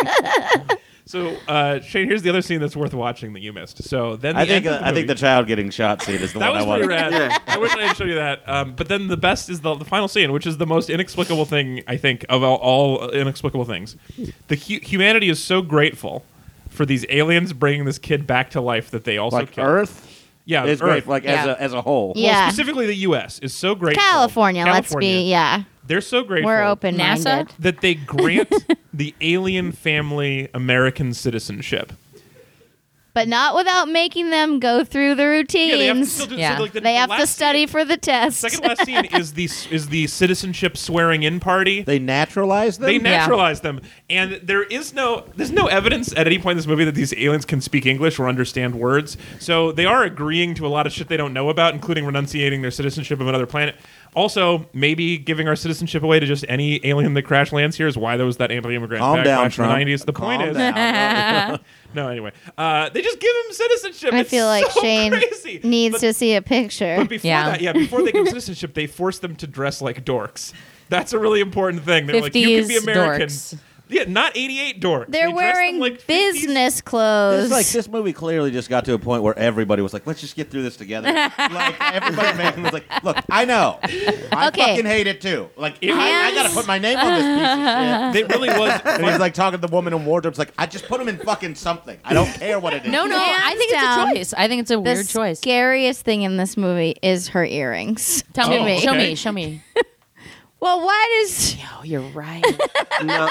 So uh, Shane, here's the other scene that's worth watching that you missed. So then the
I think
end of
uh, I think
movie-
the child getting shot scene is the
that
one
was
I
pretty
wanted.
rad.
Yeah.
I wish I had shown you that. Um, but then the best is the, the final scene, which is the most inexplicable thing I think of all, all inexplicable things. The hu- humanity is so grateful for these aliens bringing this kid back to life that they also
Like
killed.
Earth
yeah,
is
Earth.
great, like as
Yeah.
a as a whole.
Well,
Yeah.
specifically the U.S. is so grateful.
California, let's be.
California.
Yeah.
They're so grateful.
We're open
NASA?
minded.
that they grant the alien family American citizenship.
But not without making them go through the routines.
Yeah, they have to still do so,
Yeah.
like, the-
They
the
have to
last
study for the test.
Second last scene is the is the citizenship swearing in party.
They naturalized them.
They
Yeah.
naturalized them, and there is no there's no evidence at any point in this movie that these aliens can speak English or understand words. So they are agreeing to a lot of shit they don't know about, including renunciating their citizenship of another planet. Also, maybe giving our citizenship away to just any alien that crash lands here is why there was that anti-immigrant
Calm
backlash
down,
in
Trump.
the 90s. The
Calm
point
down.
is, no, anyway, uh, they just give him citizenship.
I
It's
feel like
so
Shane
crazy.
needs
But-
to see a picture.
but before
Yeah.
that, yeah, before they give citizenship, they force them to dress like dorks. That's a really important thing. They're like, you can be
50s
American.
dorks.
Yeah, not 88 dorks. They
They're
dress them
wearing
like 50s.
business clothes.
It's like this movie clearly just got to a point where everybody was like, "Let's just get through this together." like everybody man was like, "Look, I know, I
Okay.
fucking hate it too. Like I- I,
Hands-
gotta put my name on this piece of shit."
They really was.
And he's like talking to the woman in wardrobes, like, "I just put him in fucking something. I don't care what it is."
No, no, I
Hands
think
down.
it's a choice. I think it's a
the
weird choice.
scariest thing in this movie is her earrings.
Tell
Oh,
me, show
okay.
me, show me.
Well, why does
No, you're right.
No,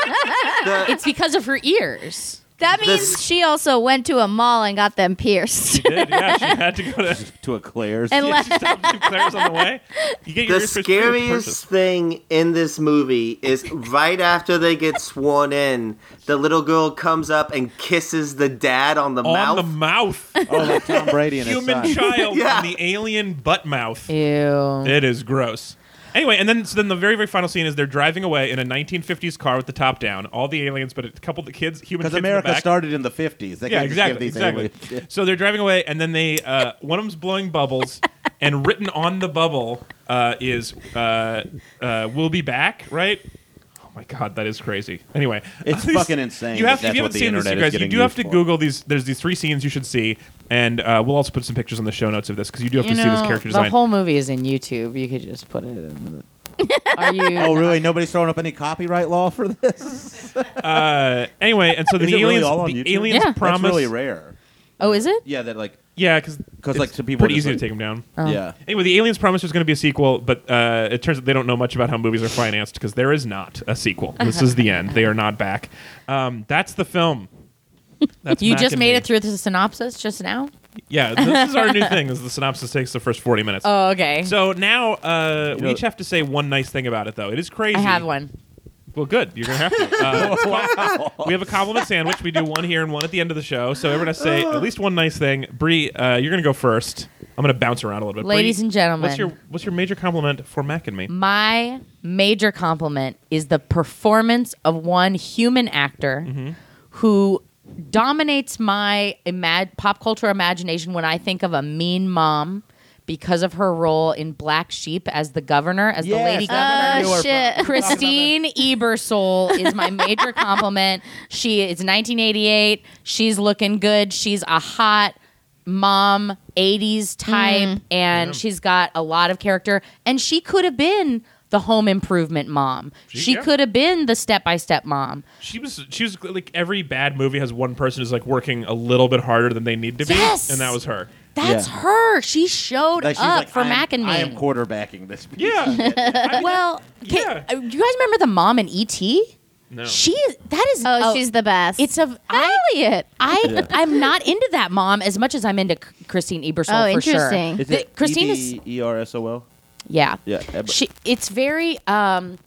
the-
it's because of her ears.
that
This-
means she also went to a mall and got them pierced?
did, yeah, she had to go to.
to a Claire's.
And
Yeah, she stopped at Claire's on the way. You get your
the
ears pierced through with purchase.
scariest thing in this movie is right after they get sworn in, the little girl comes up and kisses the dad on the
on
mouth.
the mouth.
oh, like Tom Brady and
Human
his son.
child
Yeah.
on the alien butt mouth.
Ew.
It is gross. Anyway, and then so then the very very final scene is they're driving away in a 1950s car with the top down. All the aliens, but a couple of the kids, human
Because
kids
America
in the back.
started in the '50s. They
yeah,
can't just
exactly,
give these
exactly.
aliens-
So they're driving away, and then they uh, one of them's blowing bubbles, and written on the bubble uh, is uh, uh, "We'll be back," right? Oh my god, that is crazy. Anyway,
It's
these-
fucking insane
You
that
have to, if
that's
you
what
haven't
the
seen this, you
internet is
guys, you
getting
do have
used
to
for.
Google these. There's these three scenes you should see, and uh, we'll also put some pictures on the show notes of this because you do have to see this character design.
The whole movie is in YouTube. You could just put it in. The... Are you?
Oh, really? Nobody's throwing up any copyright law for this.
uh, anyway, and so then
Is
the
it really
aliens,
all on
the
YouTube?
aliens
Yeah.
promise,
That's really rare.
Oh, is it?
Yeah, that like
yeah, because
'Cause, like, to people
pretty
just,
easy
like-
to take them down.
yeah.
Anyway, the aliens promised there's going to be a sequel, but uh, it turns out they don't know much about how movies are financed because there is not a sequel. This is the end. They are not back. Um, that's the film. That's
You
Mac
just
and
made
me.
it through the synopsis just now.
Yeah, this is our new thing. Is the synopsis takes the first 40 minutes.
Oh, okay.
so now uh, we
know-
each have to say one nice thing about it, though. It is crazy.
I have one.
Well, good. You're gonna have to. Uh, it's called- We have a compliment sandwich. We do one here and one at the end of the show. So everyone has to say at least one nice thing. Bree, uh, you're gonna go first. I'm gonna bounce around a little bit. Bree,
Ladies and gentlemen.
what's your what's your major compliment for Mac and me?
My major compliment is the performance of one human actor who dominates my imag- pop culture imagination when I think of a mean mom because of her role in Black Sheep as the governor, as the lady
Yes,
governor.
that's
Oh
where you were
shit!
Uh, Christine Ebersole is my major compliment. She is 1988. She's looking good. She's a hot mom, 80s type,
Mm.
and she's got a lot of character. And she could have been the home improvement mom. She,
yeah.
could have been the step by step mom.
She was she was like every bad movie has one person who's like working a little bit harder than they need to be,
Yes!
and that was her.
That's
Yeah.
her. She showed
Like, she's
up
like,
for
I am-
Mac and me.
I am quarterbacking this. Piece.
Yeah.
well,
yeah.
can, uh, do you guys remember the mom in E.T.?
No.
She that is
Oh, she's the best.
it's of I
Elliot.
I I'm not into that mom as much as I'm into C- Christine Ebersole
Oh,
for sure.
interesting.
Is
The-
it
Christine is-
E B E R S O L?
Yeah.
Yeah, Eber-
She, it's very um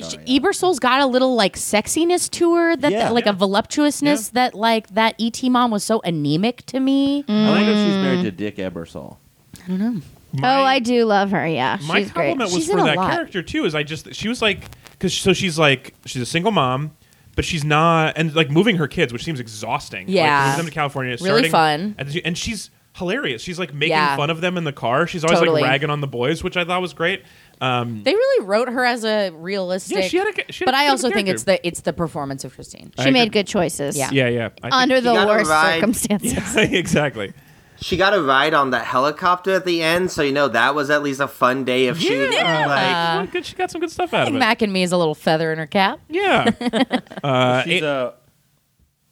Sorry,
she- Ebersole's got a little like sexiness to her that,
Yeah.
that- like a voluptuousness that like that ET mom was so anemic to me.
Mm-hmm.
I wonder if she's married
mm.
to Dick Ebersol.
oh, I do love her. Yeah,
My
she's great.
compliment was
She's in
for
a
that
lot.
character too. Is I just she was like because so she's like she's a single mom, but she's not and like moving her kids, which seems exhausting. Like,
Yeah.
moving them to California,
Really
starting-
fun.
and, she- and she's hilarious. She's like making
Yeah.
fun of them in the car. She's always
Totally.
like ragging on the boys, which I thought was great. Um,
They really wrote her as a realistic.
Yeah, she had a ca- she had
but
a
I
good
also think
character.
it's the it's the performance of Christine.
she made good choices.
Yeah.
yeah, yeah, I
under the
gotta
worst
ride-
circumstances.
think- exactly.
She got a ride on the helicopter at the end, so you know that was at least a fun day if she like
Uh,
Well, good- she got some good stuff out
I
of
think
it.
Mac and me is a little feather in her cap.
yeah, uh,
She's
it-
a.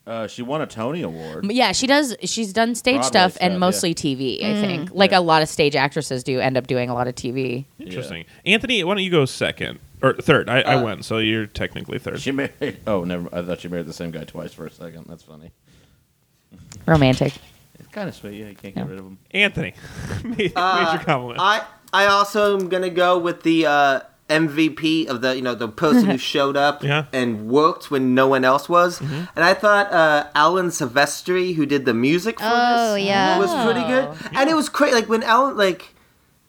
Uh, she won a Tony Award.
Yeah, she does. She's done stage
Broadway
stuff
stuff,
and mostly
yeah.
TV. I think, like a lot of stage actresses do, end up doing a lot of TV.
interesting. Anthony, why don't you go second or third? I,
Uh,
I went, so you're technically third.
She married. Oh, never. I thought she married the same guy twice for a second. That's funny.
Romantic.
It's kind of sweet. Yeah, you can't get rid of him.
Anthony, major
Uh,
compliment.
I I also am gonna go with the uh, MVP of the you know the person who showed up
Yeah.
and worked when no one else was,
Mm-hmm.
and I thought uh, Alan Silvestri who did the music for
Oh,
this
yeah.
was pretty good, and it was crazy like when Alan like.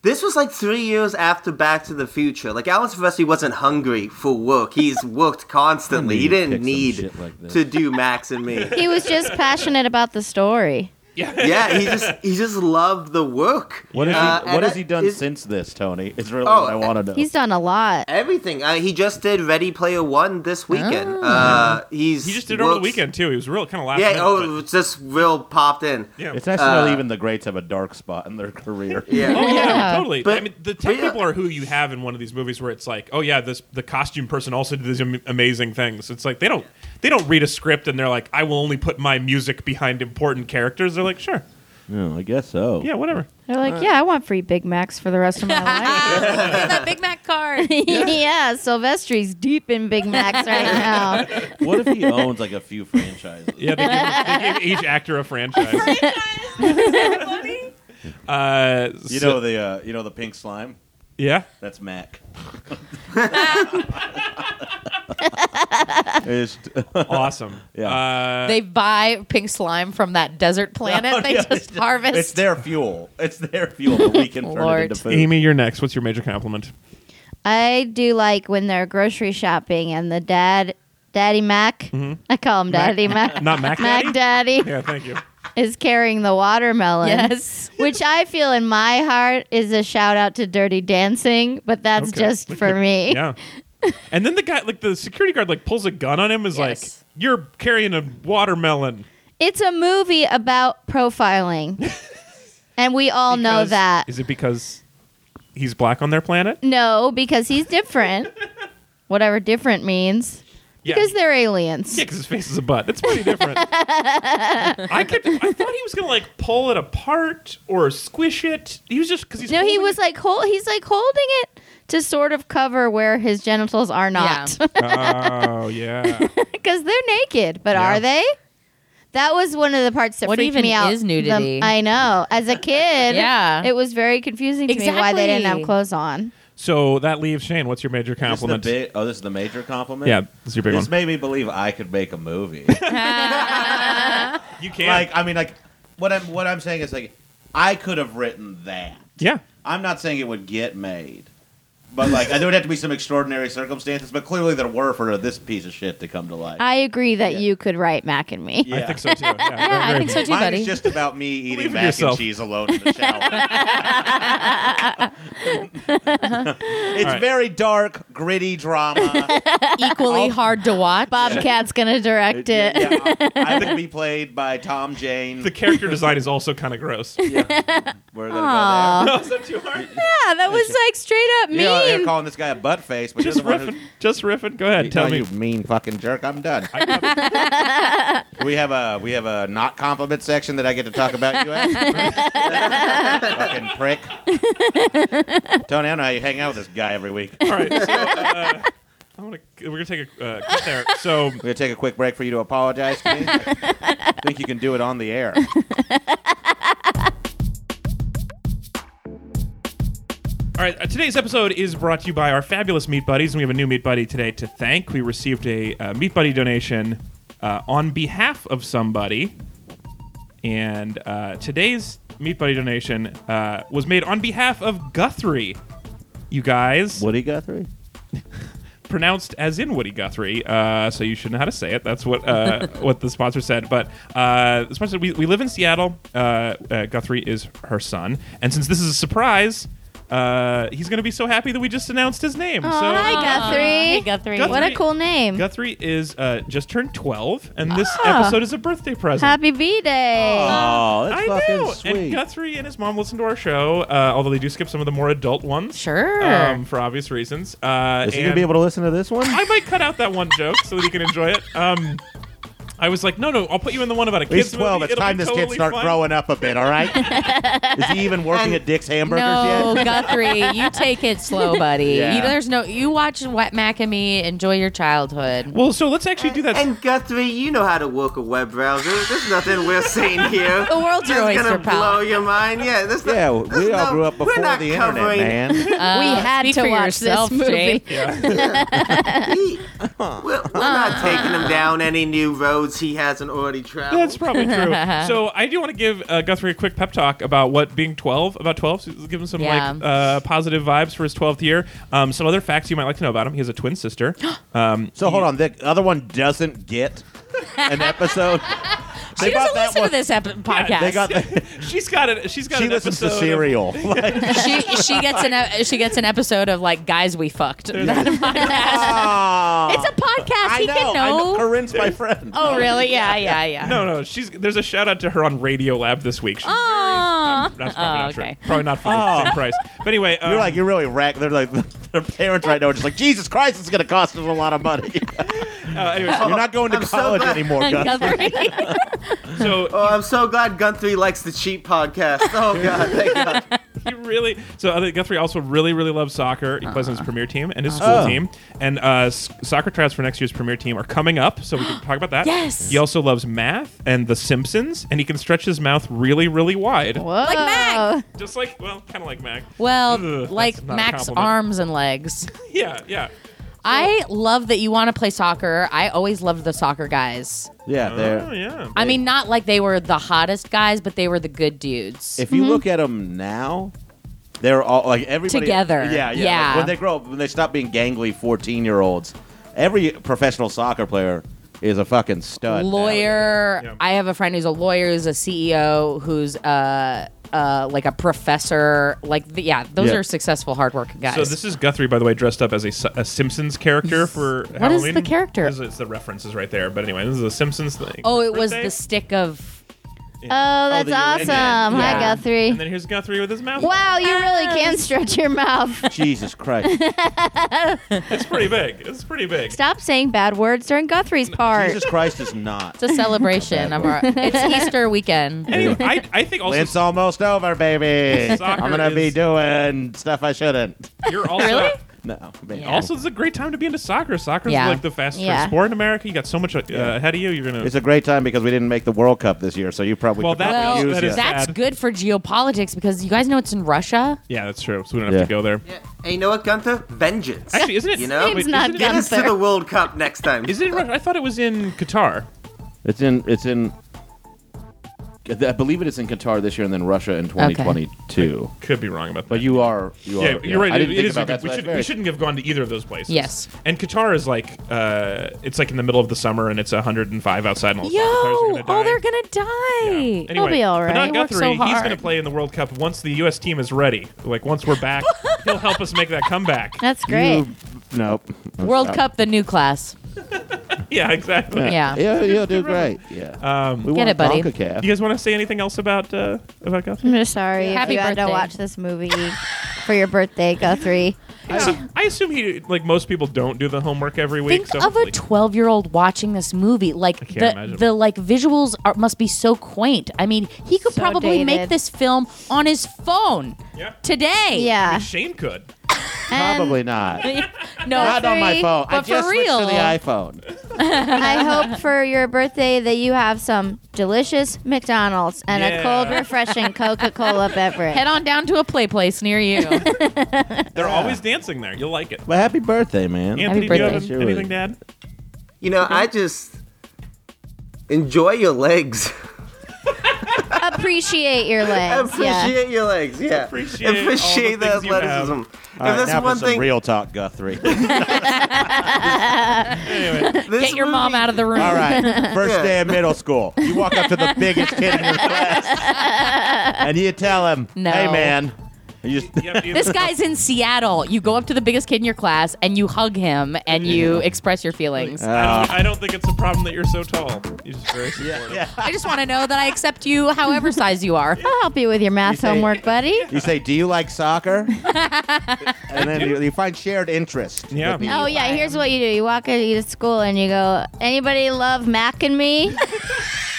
This was like three years after Back to the Future. Like Alan Silvestri wasn't hungry for work. He's worked constantly.
need
He
to
didn't
pick some
need
shit like this.
to do Max and me.
He was just passionate about the story.
yeah, he just he just loved the work.
What, has
Uh,
he, what
and
has
I-
he done
is-
since this, Tony? It's really
Oh,
what I want to know.
He's done a lot.
Everything. Uh, he just did Ready Player One this weekend. Uh, he's
Ah. He just did it over the
works-
weekend too. He was real kind of last.
Yeah.
minute,
oh,
but-
it was just real popped in.
yeah.
it's nice to know
uh,
even the greats have a dark spot in their career.
Yeah.
Oh yeah,
Yeah.
totally.
But-
I mean, the tech
but yeah.
people are who you have in one of these movies where it's like, oh yeah, this the costume person also did these am- amazing things. It's like they don't they don't read a script and they're like, I will only put my music behind important characters. They're like, sure,
No, I guess so.
yeah, whatever.
They're like, yeah, I want free Big Macs for the rest of my life.
that Big Mac card.
yeah. Sylvester's deep in Big Macs right now.
What if he owns like a few franchises?
Yeah, they give, they give each actor a franchise. Uh,
You
so-
know the uh, you know the pink slime?
yeah.
That's Mac. It's-
Awesome.
Yeah.
Uh,
They buy pink slime from that desert planet. they
yeah,
just harvest.
it's their fuel. It's their fuel, but we can turn
Lord.
it into food.
Amy, you're next. What's your major compliment?
I do like when they're grocery shopping and the dad, Daddy Mac, I call him Daddy Mac,
Not Mm-hmm. Mac.
Mac Daddy
Yeah, thank you.
is carrying the watermelon.
yes.
Which I feel in my heart is a shout out to Dirty Dancing, but that's
Okay.
just for me.
Yeah. And then the guy, like the security guard, like pulls a gun on him. Is
Yes.
like, you're carrying a watermelon.
It's a movie about profiling. and we all know
Because-
that.
Is it because he's black on their planet?
No, because he's different. Whatever different
Yeah.
means. Because they're aliens.
Yeah, because his face is a butt. That's pretty different. I could. I thought he was gonna like pull it apart or squish it. He was just because he's.
No, he
holding
was
it-
like hol- he's like holding it to sort of cover where his genitals are not.
Oh yeah.
Because they're naked, but
Yeah.
are they? That was one of the parts that
What
freaked
even
me out.
is
the-
nudity?
I know. As a kid,
Yeah.
it was very confusing to me why they didn't
Exactly.
have clothes on.
so that leaves Shane. What's your major
this is the
compliment?
big, oh, this is the major compliment.
yeah, this is your big
this
one.
made me believe I could make a movie.
you can't.
Like I mean, like what I'm what I'm saying is like I could have written that.
yeah.
I'm not saying it would get made, but like there would have to be some extraordinary circumstances. But clearly there were for this piece of shit to come to life.
I agree that
Yeah.
you could write Mac and me.
yeah.
I think so too. Yeah,
Yeah, I
very-
think so too,
Mine
buddy.
is just about me eating
Believe in
mac
yourself.
and cheese alone in the shower. it's
Alright.
very dark, gritty drama.
Equally hard to watch.
Bobcat's gonna direct it.
Yeah, I would be played by Tom Jane.
The character design is also kind of gross. Yeah,
We're gonna
no, is that too hard?
Yeah, that was like straight up
go there.
mean.
You know, they're calling this guy a butt face, but
Just
you're the one who-
riffing. Just riffing. Go ahead.
You-
Tell
no,
me.
you mean fucking jerk. I'm done.
I-
we have a we have a not compliment section that I get to talk about you. At. fucking prick. Tony, I don't know how you hang out with this guy every week.
all right. So, uh, I want to. We're gonna take a uh, cut there. So
We're gonna take a quick break for you to apologize to me. think you can do it on the air.
All right, uh, today's episode is brought to you by our fabulous meat buddies, and we have a new meat buddy today to thank. We received a uh, meat buddy donation uh, on behalf of somebody, and uh, today's meat buddy donation uh, was made on behalf of Guthrie. You guys,
Woody Guthrie.
pronounced as in Woody Guthrie, uh, so you should know how to say it. That's what uh, what the sponsor said. But uh, the sponsor said, we, we live in Seattle. Uh, uh, Guthrie is her son, and since this is a surprise, uh, he's going to be so happy that we just announced his name.
Oh,
so
hi, Guthrie.
Hey, Guthrie.
What a
Guthrie-
cool name.
Guthrie is uh, just turned twelve, and this
Ah.
episode is a birthday present.
Happy B Day.
Oh, that's
I
fucking
know.
sweet.
And Guthrie and his mom listen to our show, uh, although they do skip some of the more adult ones.
Sure.
Um, for obvious reasons. Uh,
is he gonna
and-
be able to listen to this one?
I might cut out that one joke so that he can enjoy it. Um, I was like, no, no, I'll put you in the one about a kid's
He's 12.
movie.
It's
It'll
time
be
this kid
totally
start
fine.
growing up a bit, all right?
is he even working
And-
at Dick's Hamburgers
No,
yet?
Guthrie, you take it slow, buddy.
Yeah.
You, there's no. You watch Wet Mac and Me. Enjoy your childhood.
Well, so let's actually do that.
And Guthrie, you know how to work a web browser. There's nothing we're seeing here.
The world's your
That's gonna
oyster, pal.
blow your mind. Yeah, that's
Yeah,
not, that's
we all
not-
grew up
we're
before
not
the internet,
covering-
man.
we
Uh,
had
speak
to
for
watch
yourself,
this movie.
Jake.
He- we're, we're
Ah.
not taking him down any new roads he hasn't already traveled.
That's probably true. so I do want to give uh, Guthrie a quick pep talk about what being 12, about 12, so give him some
Yeah.
like uh, positive vibes for his 12th year. Um, some other facts you might like to know about him. He has a twin sister. Um,
So hold on, the other one doesn't get an episode.
She
got that
doesn't listen
one-
to this ep- podcast.
They got the,
she's got it. She's got
she
an
listens to
episode of-
cereal.
she she gets an ep- she gets an episode of like guys we fucked. That podcast.
Ah,
It's a
Oh,
podcast.
I
he
know,
can
I
know.
Corinne's my friend.
Oh really? Yeah, yeah, yeah.
No, no. She's there's a shout out to her on Radio Lab this week. She's
Aw.
that's probably
Oh,
not true.
okay.
Probably not for the same price. But anyway, um,
You're like, you're really racked. They're like, their parents right now are just like, Jesus Christ, it's going to cost us a lot of money.
uh, anyway,
you're not going to
I'm so
college
glad-
anymore, Gus.
Guthrie.
so
Oh, I'm so glad Guthrie likes the cheap podcast. Oh God, thank God.
he really so other Guthrie also really really loves soccer. He plays on his
Uh-huh.
premier team and his school
Oh.
team. And uh, s- soccer tryouts for next year's premier team are coming up, so we can talk about that.
Yes.
He also loves math and The Simpsons, and he can stretch his mouth really really wide,
Whoa. Oh,
Like Mac.
just like well, kind of like Mac.
Well,
Ugh,
like
that's not a
Mac's
compliment.
arms and legs.
Yeah, yeah.
I love that you want to play soccer. I always loved the soccer guys.
Yeah,
Oh
they're.
yeah.
I mean, not like they were the hottest guys, but they were the good dudes.
If you look at them now, they're all like everybody
Together.
Yeah, yeah. like,
Yeah.
when they grow up, when they stop being gangly fourteen-year-olds, every professional soccer player is a fucking stud.
lawyer.
Yeah.
I have a friend who's a lawyer, who's a CEO, who's uh, uh, like a professor. Like, the, yeah, those
Yeah.
are successful, hardworking guys.
So this is Guthrie, by the way, dressed up as a, Si- a Simpsons character for what
What
Halloween.
is the character?
This is- the references right there. But anyway, this is a Simpsons thing.
oh, it was
Birthday.
the stick of.
Oh, that's
the
awesome.
original.
Hi,
Yeah.
And
Guthrie.
then here's Guthrie with his mouth.
Wow, you really can stretch your mouth.
Jesus Christ.
It's pretty big. It's pretty big.
Stop saying bad words during Guthrie's part.
Jesus Christ is not.
It's a celebration of our. It's Easter weekend.
Anyway, I, I think also
It's almost over, baby.
Soccer
I'm gonna be
is-
doing stuff I shouldn't.
you're also
No, man.
also this is a great time to be into soccer. Soccer's
Yeah.
like the fastest
Yeah.
sport in America. You got so much uh, ahead of you. You're gonna.
It's a great time because we didn't make the World Cup this year, so you probably
Well,
could
that-
probably
Well,
use
that is
it.
that's
sad.
good for geopolitics because you guys know it's in Russia.
yeah, that's true. So we don't have
Yeah.
to go there.
Yeah. Hey, you know what, Gunther? Vengeance.
Actually, isn't it?
You know?
wait,
It's not
isn't
Get
it,
us to the World Cup next time.
is it in Russia? I thought it was in Qatar.
It's in. It's in. I believe it is in Qatar this year, and then Russia in 2022.
Could be wrong about that.
But you are. You
yeah,
are,
you're right.
I didn't
It- it
think
is a
about
good-
that.
we,
so
should,
that's
we
very-
shouldn't have gone to either of those places.
Yes.
And Qatar is like, uh, it's like in the middle of the summer and it's 105 outside. And all the
Yo,
Qatars are gonna
oh,
die.
they're gonna die.
Anyway,
be all
But
right.
not
He
worked
Guthrie.
so
he's
hard.
going to play in the World Cup once the U.S. team is ready. Like once we're back, he'll help us make that comeback.
That's great.
You, nope.
World Cup, the new class.
yeah, exactly.
Yeah.
Yeah, you'll do great. Yeah. Um, we
Get
want
it, buddy.
CONCACAF.
Do you guys want to say anything else about uh, about Guthrie?
I'm just sorry
Happy
if you had to
birthday.
watch this movie for your birthday, Guthrie.
I, I assume he like most people don't do the homework every week.
Think
so
of a
hopefully-
12 year old watching this movie. Like
can't
the
imagine.
the like visuals are, must be so quaint. I mean, he could
So
probably make
dated.
this film on his phone
Yeah.
today.
Yeah.
Shane could.
Probably not.
No,
Not on my
three,
phone. I
but
just
for
switched to
real.
the iPhone.
I hope for your birthday that you have some delicious McDonald's and
Yeah.
a cold, refreshing Coca Cola beverage.
Head on down to a play place near you.
They're always dancing there. You'll like it.
Well, happy birthday, man.
Anthony, do you have
birthday.
an- anything to add?
You know, I just enjoy your legs.
Appreciate your legs. yeah.
Appreciate your legs. Yeah.
Appreciate all the
Appreciate
things you have.
athleticism.
All right,
if
now
that's one
for some
thing,
real talk, Guthrie.
this
Get your mom
movie-
out of the room.
All right. First
Yeah.
day of middle school. You walk up to the biggest kid in your class and you tell him,
No.
hey, man. And you just-
Yep, you-
This guy's in Seattle. You go up to the biggest kid in your class and you hug him and you express your feelings.
I don't- I don't think it's a problem that you're so tall. You're just very supportive.
Uh, yeah.
I just want to know that I accept you however size you are.
I'll help you with your math
say-
homework, buddy.
You say, do you like soccer? and then you, you find shared interest.
Yeah.
with people.
Oh yeah, here's what you do. You walk into school and you go, "Anybody love Mac and me?"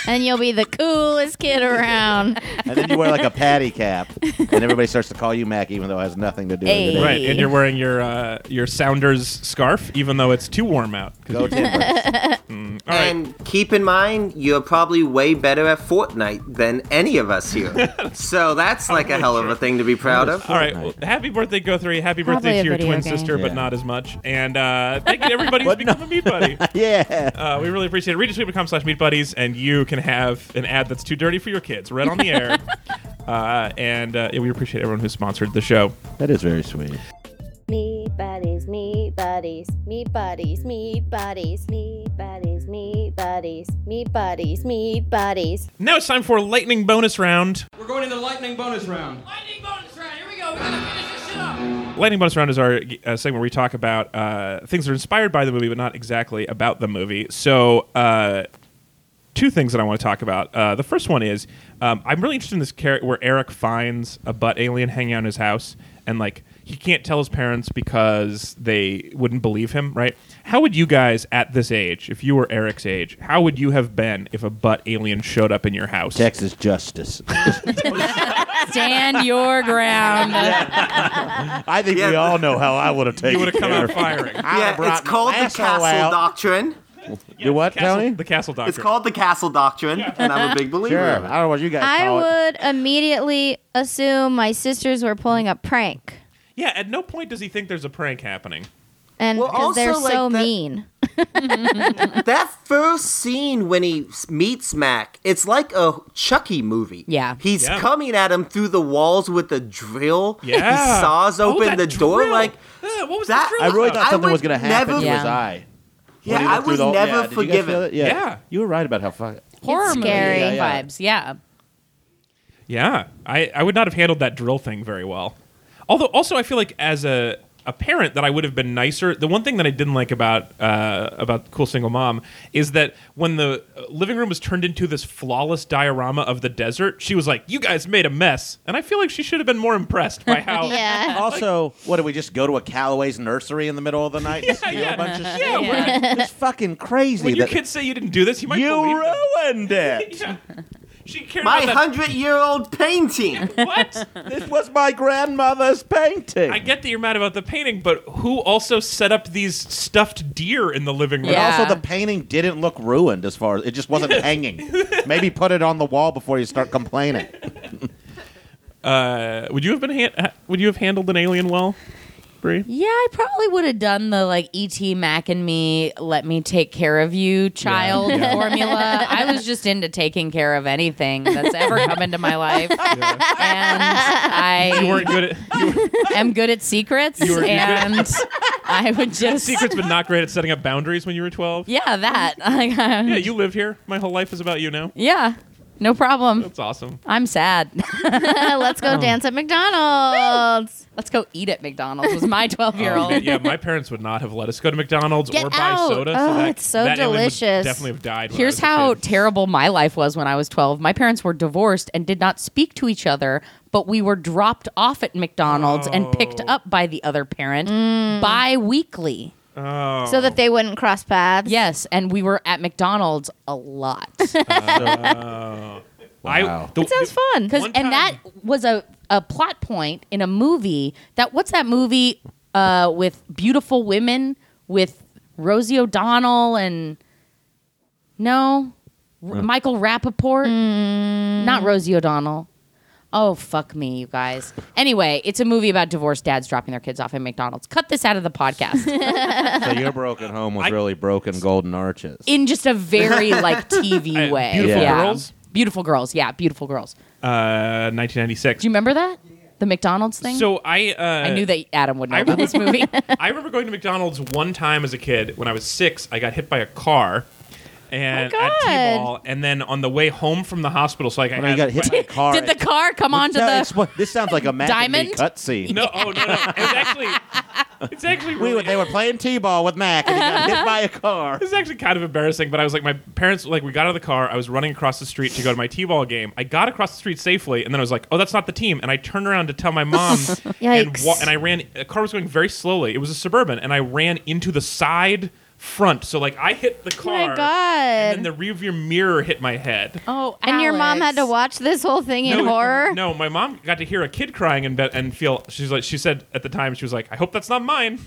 and you'll be the coolest kid around.
And then you wear like a patty cap, and everybody starts to call you Mac, even though it has nothing to do with
Hey.
it.
Right, and you're wearing your uh, your Sounders scarf, even though it's too warm out. 'Cause
Go
you-
Timbers.
All right.
And keep in mind, you're probably way better at Fortnite than any of us here. so that's like a hell of a thing to be proud of.
All right. Well, happy birthday, Go Three. Happy
Probably
birthday
a
to your
video
twin
game.
sister, but
Yeah.
not as much. And uh, thank you to everybody who's
But no.
become a meat buddy.
yeah.
Uh, we really appreciate it. Readjustweet.com slash meat buddies, and you can have an ad that's too dirty for your kids read on the air. Uh, and uh, yeah, we appreciate everyone who sponsored the show.
That is very sweet.
Meat buddies, meat buddies, meat buddies, meat buddies, meat buddies, meat buddies, meat buddies, meat buddies.
Now it's time for lightning bonus round.
We're going into lightning bonus round.
Lightning Bonus Round is our uh, segment where we talk about uh, things that are inspired by the movie, but not exactly about the movie. So, uh, two things that I want to talk about. Uh, the first one is um, I'm really interested in this character where Eric finds a butt alien hanging out in his house, and like he can't tell his parents because they wouldn't believe him, right? How would you guys at this age, if you were Eric's age, how would you have been if a butt alien showed up in your house?
Texas justice.
Stand your ground.
I think we
Yeah.
all know how I would have taken
You would have come out
care.
firing.
I would've
Yeah,
brought
it's called
my
the
asshole
Castle
out.
Doctrine.
Do what, Tony?
The Castle Doctor.
It's called the Castle Doctrine, and I'm a big believer.
Sure. I
of
don't
it.
know what you guys
I
call it.
would immediately assume my sisters were pulling a prank,
Yeah, at no point does he think there's a prank happening.
and
Well,
because they're
also, like,
so
that-
mean.
That first scene when he s- meets Mac, it's like a Chucky movie.
Yeah.
He's
Yeah.
coming at him through the walls with a drill.
Yeah.
He saws
Oh,
open
that
the door
drill.
like
Yeah, what was
that-
the
I
drill
really
about?
thought something
I
was going to
would
happen
never-
to his
Yeah.
eye.
Yeah,
When he went
I
through
was
the whole-
never
yeah, did you guys
forgiven.
feel it? Yeah.
Yeah.
You were right about how fuck.
Horror movie
scary.
Yeah, yeah.
vibes. Yeah.
Yeah, I, I would not have handled that drill thing very well. Although, also, I feel like as a, a parent that I would have been nicer. The one thing that I didn't like about uh, about Cool Single Mom is that when the uh, living room was turned into this flawless diorama of the desert, she was like, "You guys made a mess," and I feel like she should have been more impressed by how.
Yeah.
Also, what did we just go to a Callaway's nursery in the middle of the night and steal a bunch of shit?
Yeah.
It's fucking crazy.
When your
that-
kids say you didn't do this, you might
you
believe them.
ruined it.
Yeah. She cared
My
about that-
hundred year old painting.
What?
this was my grandmother's painting.
I get that you're mad about the painting, but who also set up these stuffed deer in the living room?
But
Yeah.
also, the painting didn't look ruined as far as it just wasn't hanging. Maybe put it on the wall before you start complaining.
Uh, would you have been han- ha- would you have handled an alien well, Bree?
Yeah, I probably would have done the like E.T. Mac and me, let me take care of you child formula. I was just into taking care of anything that's ever come into my life.
You
And I
weren't good at you were
am good at secrets.
You were good at-
and I would just.
secrets, but not great at setting up boundaries when you were twelve.
Yeah, that. Like, I'm-
Yeah, you live here. My whole life is about you now.
yeah, no problem.
That's awesome.
I'm sad.
Let's go dance at McDonald's.
Let's go eat at McDonald's. Was my 12 year
Oh, man,
old.
yeah, my parents would not have let us go to McDonald's
Get
or buy
out.
soda.
Oh,
that,
it's so
that alien would
delicious.
Definitely have died. when I
Here's
was a
how
kid.
terrible my life was when I was 12. My parents were divorced and did not speak to each other, but we were dropped off at McDonald's and picked
Oh.
up by the other parent
Mm.
bi weekly.
So that they wouldn't cross paths.
Yes, and we were at McDonald's a lot.
I, the,
Sounds fun.
Because
One time-
and that was a, a plot point in a movie that what's that movie? uh, with beautiful women, with Rosie O'Donnell and no, R-
Huh.
Michael Rappaport, not Rosie O'Donnell. Oh fuck me, you guys. Anyway, it's a movie about divorced dads dropping their kids off at McDonald's. Cut this out of the podcast.
so your broken home was really broken golden arches.
In just a very like TV way.
Beautiful
Yeah.
Girls?
Beautiful girls. Yeah, beautiful girls.
Uh, 1996.
Do you remember that? The McDonald's thing?
So I uh,
I knew that Adam would know
I
about this movie.
I remember going to McDonald's one time as a kid when I was six. I got hit by a car. And
Oh,
at
God.
T-ball, and then on the way home from the hospital, so like I
When you got hit by a car.
Did the car come
Well,
onto
no,
the
it's what- this sounds like a Mac and Me
diamond?
cutscene.
No, oh no, no, it was actually, it's actually
we were, they were playing t-ball with Mac, and he got hit by a car.
This is actually kind of embarrassing, but I was like, my parents, like, we got out of the car. I was running across the street to go to my T-ball game. I got across the street safely, and then I was like, oh, that's not the team. And I turned around to tell my mom. and,
Yikes.
and I ran, a car was going very slowly. It was a Suburban, and I ran into the side front. So, like, I hit the car.
Oh my
And then
god!
the rearview mirror hit my head.
Oh,
and your mom
Alex.
had to watch this whole thing in horror.
No, my mom got to hear a kid crying and be- and feel she's like she said at the time she was like I hope that's not mine.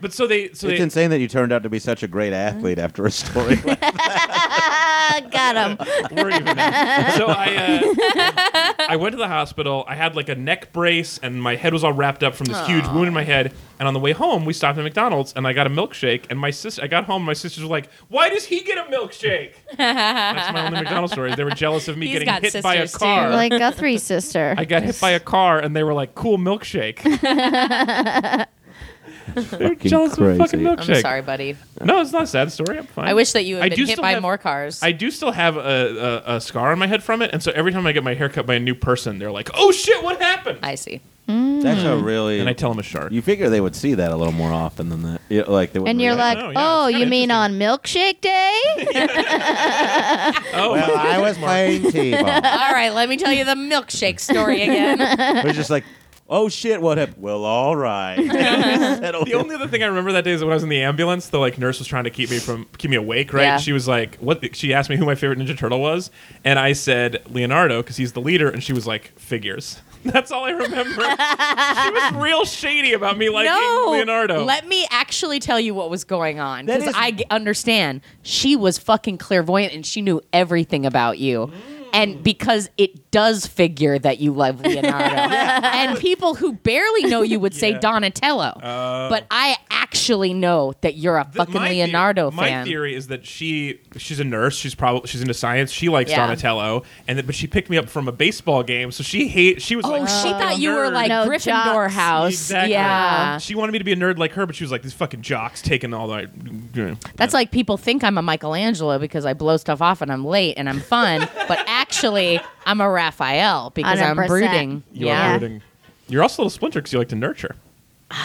but so they so
It's
they,
insane that you turned out to be such a great athlete after a story. like
Ah, got him.
We're even. now. so I, uh, I went to the hospital. I had like a neck brace, and my head was all wrapped up from this huge wound in my head. And on the way home, we stopped at McDonald's, and I got a milkshake. And my sister, I got home, and my sisters were like, "Why does he get a milkshake?" That's my only McDonald's story. They were jealous of me
He's
getting
got
hit by a
sisters, too.
car.
like Guthrie's sister.
I got hit by a car, and they were like, "Cool milkshake." They're jealous of a fucking
crazy.
I'm
milkshake.
sorry, buddy.
No, it's not a sad story. I'm fine.
I wish that you
I
had
do
been hit
still
by
have-
more cars.
I do still have a, a, a scar on my head from it, and so every time I get my hair cut by a new person, they're like, "Oh shit, what happened?"
I see.
That's a really.
and I tell them a shark.
you figure they would see that a little more often than that. Yeah, like they would
and you're
react.
like,
know, yeah, it's
oh,
kinda
you mean on milkshake day?
oh,
well, I was playing t-ball.
All right, let me tell you the milkshake story again.
It was just like, oh shit, what happened? Well, all right.
the only other thing I remember that day is when I was in the ambulance. The like nurse was trying to keep me from keep me awake. Right?
Yeah.
She was like, "What?" She asked me who my favorite Ninja Turtle was, and I said Leonardo because he's the leader, and she was like, "Figures." That's all I remember. she was real shady about me liking
no,
Leonardo.
Let me actually tell you what was going on
That
because
is-
I g- understand. She was fucking clairvoyant and she knew everything about you.
Mm.
And because it does figure that you love Leonardo, and people who barely know you would say Donatello,
Oh,
but I actually know that you're a
Uh, Th-
fucking
my the-
Leonardo
My
fan.
theory is that she she's a nurse. She's probably she's into science. She likes
Yeah.
Donatello, and that, but she picked me up from a baseball game, so she hate. She was
Oh,
like,
she
"Fucking
thought you were
nerd."
like
No,
Gryffindor
jocks.
house.
Exactly.
Yeah.
She wanted me to be a nerd like her, but she was like, these fucking jocks taking all my.
That's like people think I'm a Michelangelo because I blow stuff off and I'm late and I'm fun, but actually I'm a Raphael because i am
100%.
brooding.
You
yeah.
are rooting. You're also a little splinter because you like to nurture.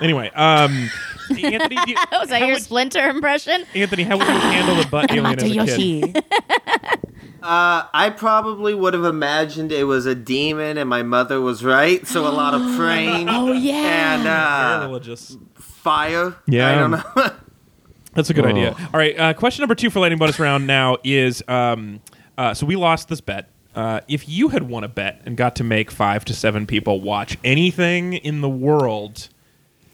anyway, um, Anthony, do you,
Was that
how
your
would,
splinter impression?
Anthony, how would you handle the butt alien as a kid?
Yoshi.
Uh, I probably would have imagined it was a demon, and my mother was right. So a lot of praying.
Oh
And
yeah.
Very
uh,
religious.
fire.
Yeah.
I don't know.
That's a good idea. All right, uh, question number two for lightning bonus round now is um, uh, so we lost this bet. Uh, if you had won a bet and got to make five to seven people watch anything in the world,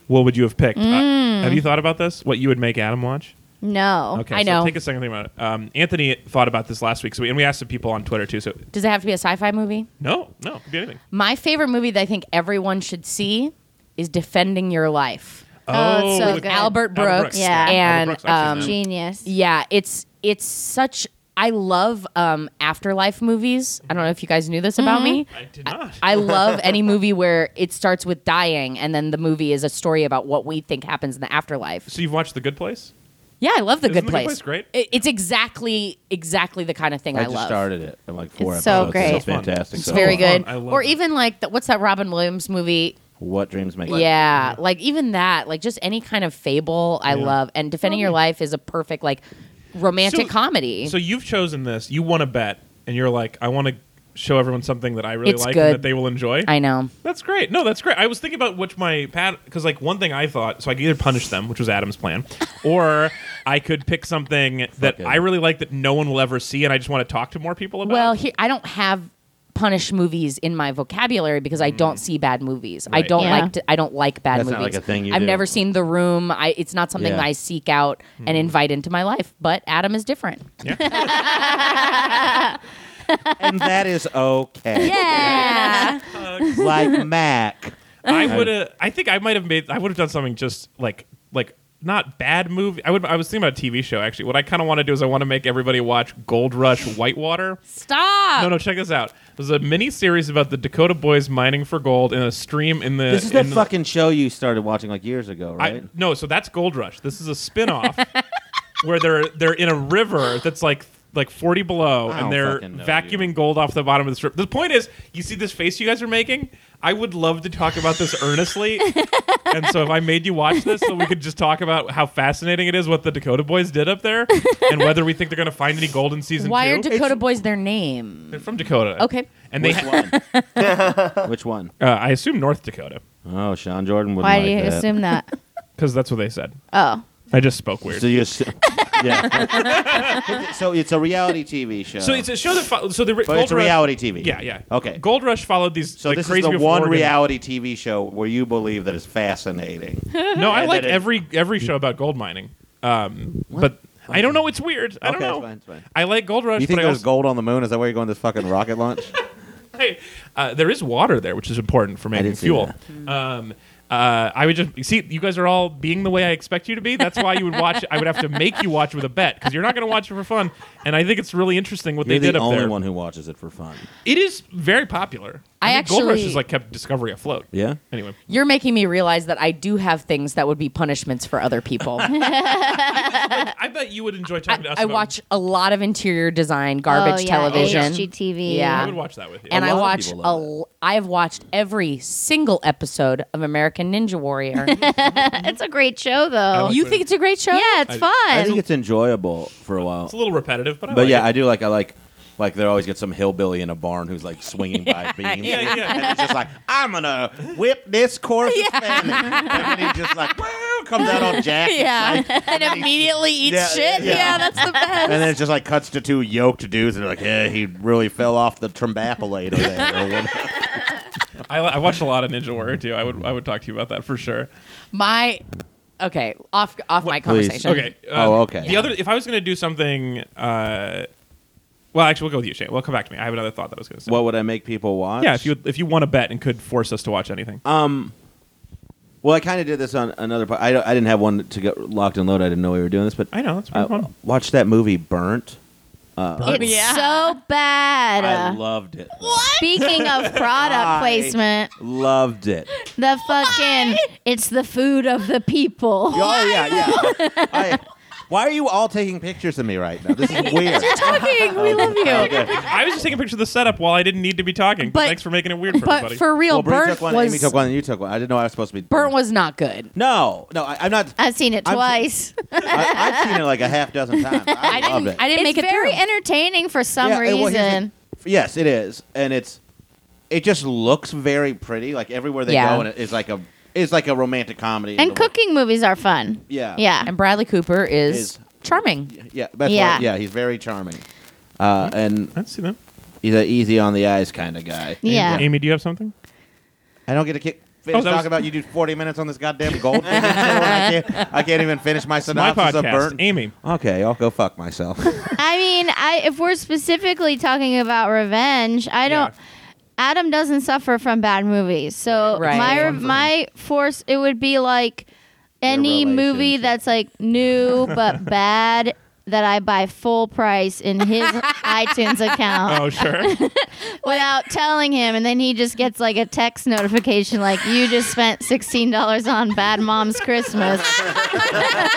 what would you have picked? Uh, have you thought about this? What you would make Adam watch?
No.
Okay,
I
so
know.
Take a second thing about it. Um, Anthony thought about this last week, so we, and we asked some people on Twitter too. So
Does it have to be a sci-fi movie?
no, no, it could be anything.
My favorite movie that I think everyone should see is Defending Your Life.
Oh, so
with
good.
Albert
Uh, Albert
Brooks.
Yeah.
And,
Albert Brooks, um, I've seen that.
Genius.
Yeah, it's it's such I love um, afterlife movies. I don't know if you guys knew this about
Mm-hmm.
me.
I did not.
I love any movie where it starts with dying and then the movie is a story about what we think happens in the afterlife.
so you've watched The Good Place?
Yeah, I love The
Isn't
Good
The Good
Place.
Place great?
It- it's exactly exactly the kind of thing I,
I just
love.
started it. I'm like four
It's so
episodes.
great.
It's fantastic.
It's
so
very
far.
good.
I love
or
it.
even like the, what's that Robin Williams movie?
What dreams make?
Yeah, like even that, like just any kind of fable I
Yeah.
love. And Defending Your Life is a perfect like romantic
So-
comedy.
So you've chosen this. You want to bet, and you're like, I want to show everyone something that I really
It's
like
good.
and that they will enjoy.
I know.
that's great. No, that's great. I was thinking about which my pat because like one thing I thought so I could either punish them, which was Adam's plan, or I could pick something that
it.
I really like that no one will ever see, and I just want to talk to more people about.
Well, here I don't have punish movies in my vocabulary because I don't see bad movies. I
Mm. Right.
don't
Yeah.
like to, I don't like bad
That's
movies.
not like a thing you
I've
do.
never seen The Room. I it's not something
Yeah. Mm-hmm.
that I seek out and invite into my life. But Adam is different.
and that is okay.
Yeah.
like Mac.
I would have. I think I might have made. I would have done something just like like not bad movie. I would. I was thinking about a TV show actually. What I kind of want to do is I want to make everybody watch Gold Rush Whitewater.
Stop.
No, no, check this out. There's a mini series about the Dakota boys mining for gold in a stream in the.
This is
Uh, in
that
the-
fucking show you started watching like years ago,
I-
right?
no, so that's Gold Rush. This is a spin-off where they're they're in a river that's like like 40 below
I
and
don't
they're
fucking know
vacuuming gold off the bottom of the strip. The point is, you see this face you guys are making? I would love to talk about this earnestly. and so if I made you watch this so we could just talk about how fascinating it is what the Dakota boys did up there and whether we think they're going to find any gold in season
Why
2.
are Dakota boys their name?
They're from Dakota.
Okay.
And they
Which Which one?
Uh, I assume North Dakota.
Oh, Sean Jordan would
Why do you assume that?
Cuz that's what they said.
Oh.
I just spoke weird.
So you assume, yeah. so it's a reality TV show.
So it's a show that fo- so the
But it's reality TV.
Yeah, yeah.
Okay.
Gold Rush followed these.
So
like,
this is
crazy
the
Beautiful
one
Organ-
reality TV show where you believe that it's fascinating.
No, I
And
like
that it-
every every show about gold mining. Um, but I don't know. It's weird. I don't
Okay,
know.
it's fine, it's fine.
I like Gold Rush.
You think
but I
there's
also,
gold on the moon? Is that where you're going to this fucking rocket launch?
hey, uh, there is water there, which is important for making
did see
fuel. Um, uh, I would just see you guys are all being the way I expect you to be. That's why you would watch. it. I would have to make you watch it with a bet because you're not going to watch it for fun. And I think it's really interesting what
You're
they
the
did up
only
there.
one who watches it for fun.
It is very popular.
I
think Gold Rush
actually-
has like kept Discovery afloat.
Yeah.
Anyway.
You're making me realize that I do have things that would be punishments for other people.
I bet you would enjoy talking to us.
Uh, I
about-
watch a lot of interior design, garbage
Oh, yeah,
television,
HGTV.
Yeah,
I would watch that with you.
uh, and
I
I
lot of
watch
people
a.
love
l- I've watched every single episode of American Ninja Warrior.
it's a great show, though.
like
you
it.
think it's a great show?
yeah, it's fun.
I think it's enjoyable for a while.
It's a little repetitive, but I
But
like
yeah,
it.
I do like I like like there always gets some hillbilly in a barn who's like swinging by beams.
Yeah, yeah.
And he's just like, I'm gonna whip this corpse yeah. family. And then he just like, wow, comes out on Jack.
Yeah.
and immediately eats
Yeah,
shit.
yeah.
Yeah. that's the best.
And then it just like cuts to two yoked dudes and they're like, yeah, he really fell off the trombapolator there. or whatever.
I, I watched a lot of Ninja Warrior too. I would I would talk to you about that for sure.
My okay, off off my
Please.
conversation.
Okay. uh,
Oh, okay.
The other, if I was going to do something, uh, well, actually, we'll go with you, Shane. Well, come back to me. I have another thought that I was going to say.
what would I make people watch?
yeah, if you if you want to bet and could force us to watch anything,
Well, I kind of did this on another. po- I, don't- I didn't have one to get locked and loaded. I didn't know we were doing this, but
I know that's pretty
I
fun.
watched that movie Burnt.
It's so bad.
I loved it.
Speaking of product placement,
Loved it.
the fucking it's the food of the people.
Oh yeah, yeah. I, why are you all taking pictures of me right now? This is weird.
Fucking, we love you.
I was just taking a picture of the setup while I didn't need to be talking.
But-
Thanks for making it weird for
But
everybody.
for real,
well, Bree
Burnt
took one, Amy
was
took one, and you took one. I didn't know I was supposed to be.
Burnt was not good.
No, no, I, I'm not.
I've seen it
I'm-
twice.
I, I've seen it like a half dozen times. I, loved it.
I didn't
it's
make it
very
through.
entertaining for some
Yeah, it- well, here's the-
reason.
yes, it is, and it's it just looks very pretty. Like everywhere they
Yeah.
go, and it is like a is like a romantic comedy.
and cooking movies are fun.
Yeah.
Yeah.
and Bradley Cooper is,
Is-
charming.
Yeah, that's
Yeah.
yeah. yeah, he's very charming, uh, and
Let's see that.
he's an easy on the eyes kind of guy.
yeah.
Amy, do you have something?
I don't get to kick.
Oh,
Finish
that
talk
was-
about you do 40 minutes on this goddamn gold. thing, and I, can't, I can't even finish my
My
synopsis
podcast,
of burnt.
Amy.
Okay, I'll go fuck myself.
I mean, I if we're specifically talking about revenge, I don't.
Yeah.
Adam doesn't suffer from bad movies, so
Right.
my
Fun
my force it would be like any movie
relationship.
that's like new but bad that I buy full price in his iTunes account
Oh sure.
without telling him, and then he just gets like a text notification like you just spent sixteen dollars on Bad Mom's Christmas.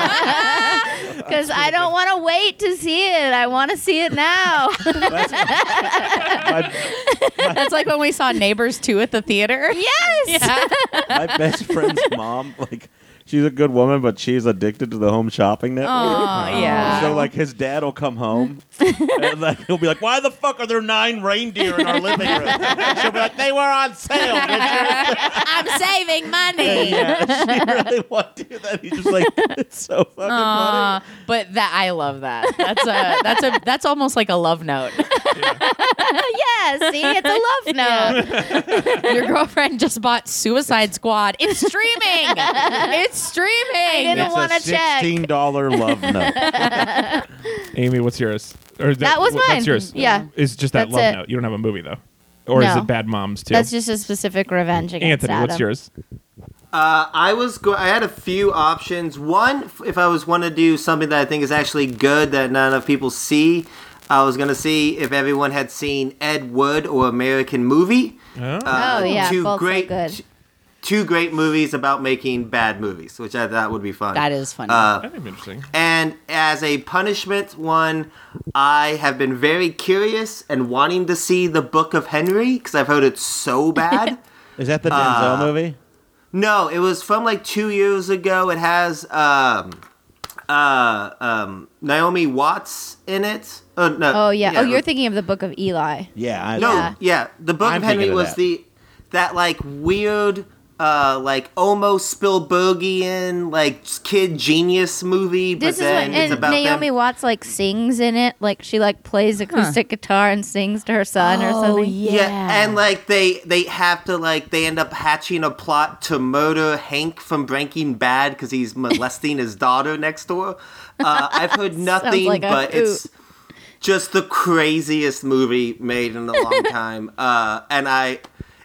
Because I don't want to wait to see it. I want to see it now.
my,
That's like when we saw Neighbors 2 at the theater.
Yes.
my best friend's mom, like, she's a good woman, but she's addicted to the home shopping network.
Oh, yeah.
So like his dad will come home and like, he'll be like, "Why the fuck are there nine reindeer in our living room?" And she'll be like, "They were on sale."
I'm saving money.
yeah, she really wanted to do that. He's just like, "It's so fucking funny."
Aw, but that I love that. That's a that's a that's almost like a love note.
yeah, see, it's a love note.
Your girlfriend just bought Suicide Squad. It's streaming. it's streaming.
didn't want to check.
dollar love note.
Amy, what's yours? Or is
That was
wh-
mine.
That's yours.
Yeah.
It's just that
That's
love
it.
note. You don't have a movie though, or is
No.
it Bad Moms too?
That's just a specific revenge against
Anthony, what's
Adam.
yours?
Uh, I was go- I had a few options. One, f- if I was want to do something that I think is actually good that not enough people see, I was gonna see if everyone had seen Ed Wood or American Movie.
Uh,
Uh,
Oh yeah,
two
both so
great,
good.
two great movies about making bad movies, which I thought would be fun.
That is funny.
Uh,
Oh, That'd be interesting.
and as a punishment one, I have been very curious and wanting to see the Book of Henry because I've heard it's so bad.
Is that the Denzel movie?
No, it was from like two years ago. It has um, uh, um, Naomi Watts in it. Oh no!
Oh yeah. Oh, you're thinking of the Book of Eli.
Yeah, I
no,
Yeah.
yeah. The Book
I'm
of Henry
thinking of
was
that.
the that like weird, uh, like almost Spielbergian like kid genius movie. But
This is
then
what
it's
and
about
Naomi
them.
Watts like sings in it. Like she like plays acoustic guitar and sings to her son or something.
Yeah, and like they they have to like they end up hatching a plot to murder Hank from Breaking Bad because he's molesting his daughter next door. Uh, I've heard nothing,
like a
but it's just the craziest movie made in a long time. Uh, and I,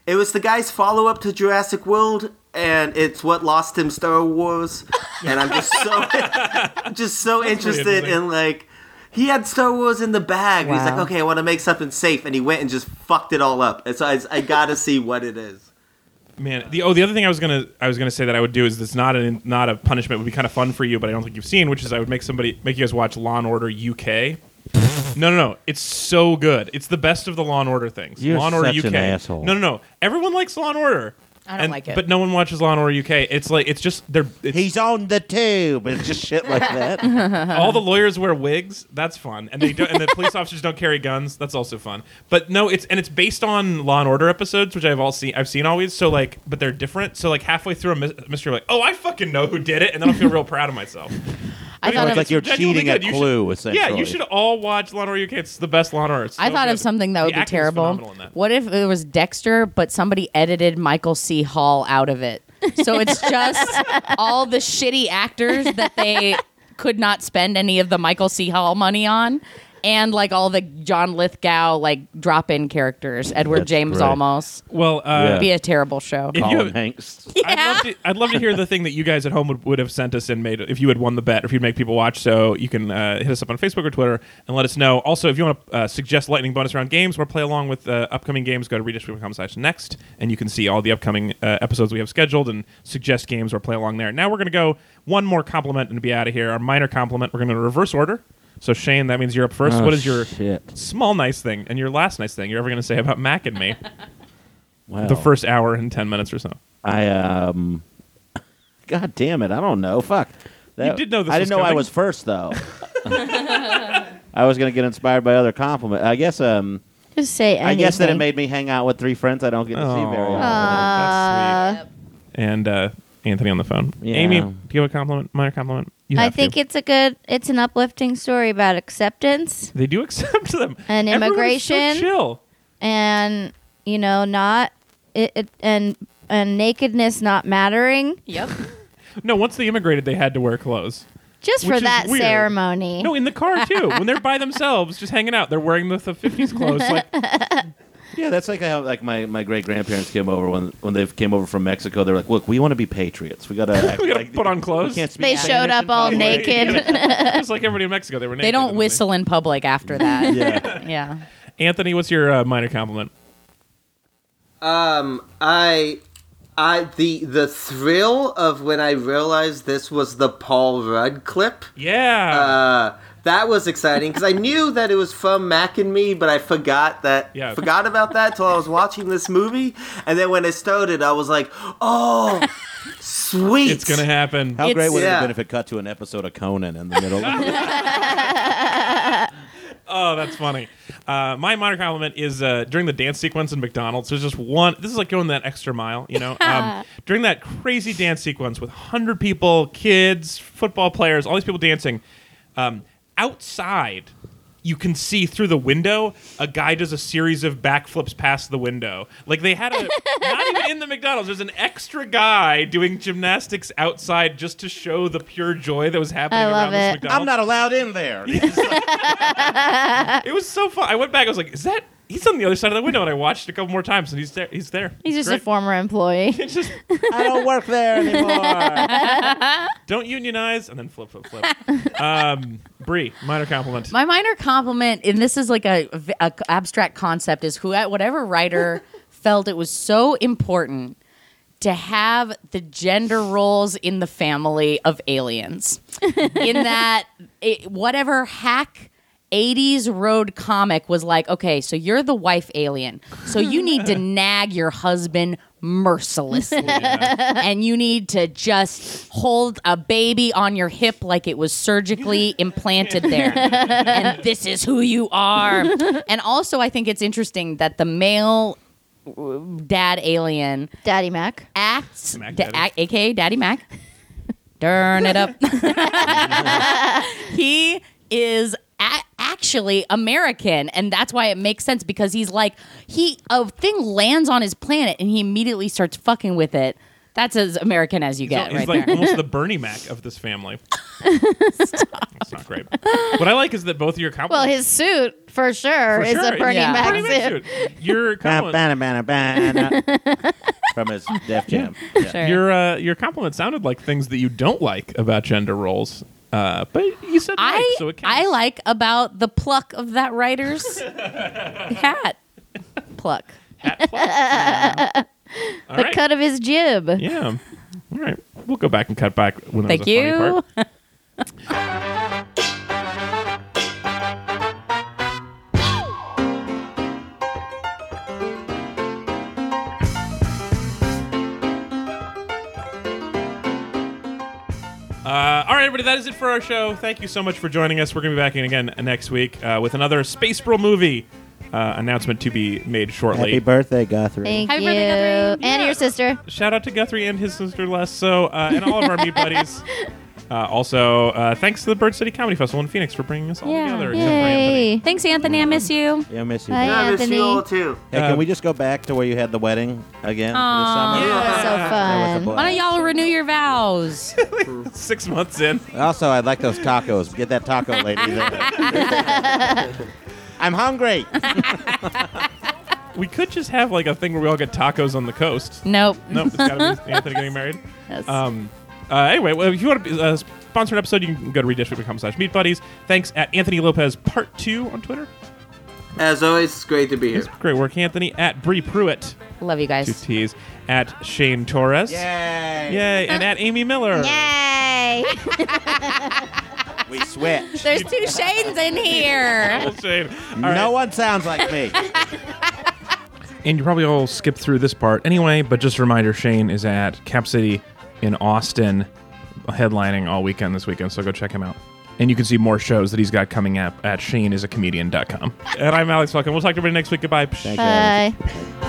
it was the guy's follow up to Jurassic World. And it's what lost him Star Wars, and I'm just so, just so interested
interesting.
in like he had Star Wars in the bag. and He's like,
Wow.
okay, I want to make something safe, and he went and just fucked it all up. And so I, I gotta see what it is.
Man, the oh, the other thing I was gonna I was gonna say that I would do is it's not an not a punishment would be kind of fun for you, but I don't think you've seen, which is I would make somebody make you guys watch Law and Order UK. no, no, no, it's so good. It's the best of the Law and Order things.
You're
Law and Order
such
UK.
an asshole.
No, no, no. Everyone likes Law and Order.
I don't
And-
like it.
but no one watches Law and Order UK. It's like it's just they're it's,
He's on the tube. It's just shit like that. Uh-huh.
all the lawyers wear wigs. That's fun, and they do, and the police officers don't carry guns. That's also fun. But no, it's and it's based on Law and Order episodes, which I've all seen. I've seen always. So like, but they're different. So like halfway through a mys- mystery, like, oh, I fucking know who did it, and then I feel real proud of myself. oh,
I thought
it's
of,
like you're
genuinely
cheating at
good. You
Clue,
should- Yeah,
essentially.
you should all watch Law and Order UK. It's the best Law and Order. It's
I
so
thought
good.
of something that would
The
be
acting's phenomenal
terrible.
in that.
What if it was Dexter, but somebody edited Michael C. Hall out of it? So it's just all the shitty actors that they could not spend any of the Michael C. Hall money on, and like all the John Lithgow like drop-in characters, Edward
That's
James
great.
almost.
Well, uh,
Yeah.
Be a terrible show.
if you
Colin
have-
Hanks.
I'd, love to, I'd love to hear the thing that you guys at home would, would have sent us and made if you had won the bet, or if you'd make people watch. So you can uh, hit us up on Facebook or Twitter and let us know. Also, if you want to uh, suggest lightning bonus round games or play along with uh, upcoming games, go to redistrict.com slash next, and you can see all the upcoming uh, episodes we have scheduled and suggest games or play along there. Now we're going to go one more compliment and be out of here. Our minor compliment, we're going to reverse order. So Shane, that means you're up first.
Oh,
what is your
shit.
small nice thing and your last nice thing you're ever going to say about Mac and me?
Wow.
The first hour and ten minutes or so.
I um. God damn it! I don't know. Fuck. That-
did know this
I
was
didn't know I
coming.
was first though. I was gonna get inspired by other compliment. I guess um.
Just say anything.
I guess that it made me hang out with three friends I don't get to see very often.
That's sweet. And uh, Anthony on the phone.
Yeah.
Amy, do you have a compliment? Minor compliment? You
I
have to.
think it's a good. It's an uplifting story about acceptance
they do accept them.
And
Everyone is so
immigration.
chill.
and you know not it, it and and nakedness not mattering
Yep.
No, once they immigrated, they had to wear clothes.
just
Which
for
is
that
weird.
ceremony.
No, in the car too. when they're by themselves, just hanging out, they're wearing the, the 50s clothes. Like,
Yeah, that's like how like my, my great grandparents came over when when they came over from Mexico. They're like, look, we want to be patriots. We gotta act
we gotta
like-
put on
we
clothes.
can't speak
they
Spanish
showed up
in
all
public."
naked.
Just like everybody in Mexico, they were naked.
They don't
and
whistle in public after that.
Yeah.
yeah.
Anthony, what's your uh, minor compliment?
Um, I, I the the thrill of when I realized this was the Paul Rudd clip.
Yeah.
Uh, that was exciting because I knew that it was from Mac and Me, but I forgot that
Yeah.
forgot about that till I was watching this movie, and then when it started, I was like, "Oh, sweet!"
it's gonna happen.
How great would it have
Yeah.
been if it cut to an episode of Conan in the middle?
Oh, that's funny. Uh, my minor compliment is uh, during the dance sequence in McDonald's. There's just one. This is like going that extra mile, you know. Um, during that crazy dance sequence with hundred people, kids, football players, all these people dancing, um, outside you can see through the window a guy does a series of backflips past the window. Like they had a not even in the McDonald's. There's an extra guy doing gymnastics outside just to show the pure joy that was happening
I love
around this
it.
McDonald's.
I'm not allowed in there.
It was so fun. I went back. I was like, "Is that?" He's on the other side of the window, and I watched a couple more times, and he's there. He's there.
He's just a
Great.
former employee.
It's just
I don't work there anymore.
don't unionize, and then flip, flip, flip. um, Bree, minor compliment.
My minor compliment, and this is like a, a abstract concept, is who whatever writer felt it was so important to have the gender roles in the family of aliens. in that, it, whatever hack. 80s road comic was like, okay, so you're the wife alien. So you need to nag your husband mercilessly and you need to just hold a baby on your hip like it was surgically implanted there. and this is who you are. And also, I think it's interesting that the male uh, dad alien
Daddy Mac.
acts,
Mac
da-
Daddy.
a- aka Daddy Mac, turn it up. he is. a- Actually, American, and that's why it makes sense because he's like he a thing lands on his planet and he immediately starts fucking with it. That's as American as you
He's,
get,
he's
right
like
there.
almost the Bernie Mac of this family. That's not great. What I like is that both of your
Well,
compliments.
his suit for sure is a Bernie
Yeah.
Mac
Bernie Mac
suit.
suit. Your compliments.
From his Def Jam.
Sure.
Your uh, your compliment sounded like things that you don't like about gender roles, uh, but you said like,
I
so it counts.
I like about the pluck of that writer's hat pluck.
Hat flaps. All
the
right.
cut of his jib.
Yeah. All right. We'll go back and cut back when
Thank
that was a funny
you.
part. Uh, all right, everybody, that is it for our show. Thank you so much for joining us. We're going to be back in again next week uh, with another Space Brawl movie uh, announcement to be made shortly.
Happy birthday, Guthrie.
Thank
Happy
you.
birthday, Catherine.
And
Yeah.
your sister.
Shout out to Guthrie and his sister Les, so uh, and all of our meat buddies. Uh, also, uh, thanks to the Bird City Comedy Festival in Phoenix for bringing us all
Yeah.
together. except for Anthony.
Yay.
Thanks, Anthony. I miss you.
Yeah, I miss you.
Bye,
Hey,
I miss
Anthony.
you all too.
Uh,
can we just go back to where you had the wedding again
Aw.
for the summer?
That was so
That was a
fun.
Why don't
blast.
y'all renew your vows?
Six months in.
Also, I like those tacos. Get that taco lady there. I'm hungry.
We could just have like a thing where we all get tacos on the coast.
nope.
Nope, it's gotta be Anthony getting married.
Yes.
Um, uh, anyway, well, if you want to be, uh, sponsor an episode, you can go to redistrict.com slash meat buddies. Thanks at Anthony Lopez Part 2 on Twitter.
As always, it's great to be here.
Great work, Anthony. At Bree Pruitt,
Love you
two
guys.
T's. At Shane Torres.
Yay.
Yay. And at Amy Miller.
Yay.
We switched.
There's two Shanes in here.
Well, Shane. All right.
No one sounds like me.
And you probably all skipped through this part anyway, but just a reminder Shane is at Cap City in Austin, headlining all weekend this weekend, so go check him out. And you can see more shows that he's got coming up at shaneisamedian.com.
Uh,
And I'm Alex Falcon. We'll talk to everybody next week. Goodbye.
Thank you.
Bye.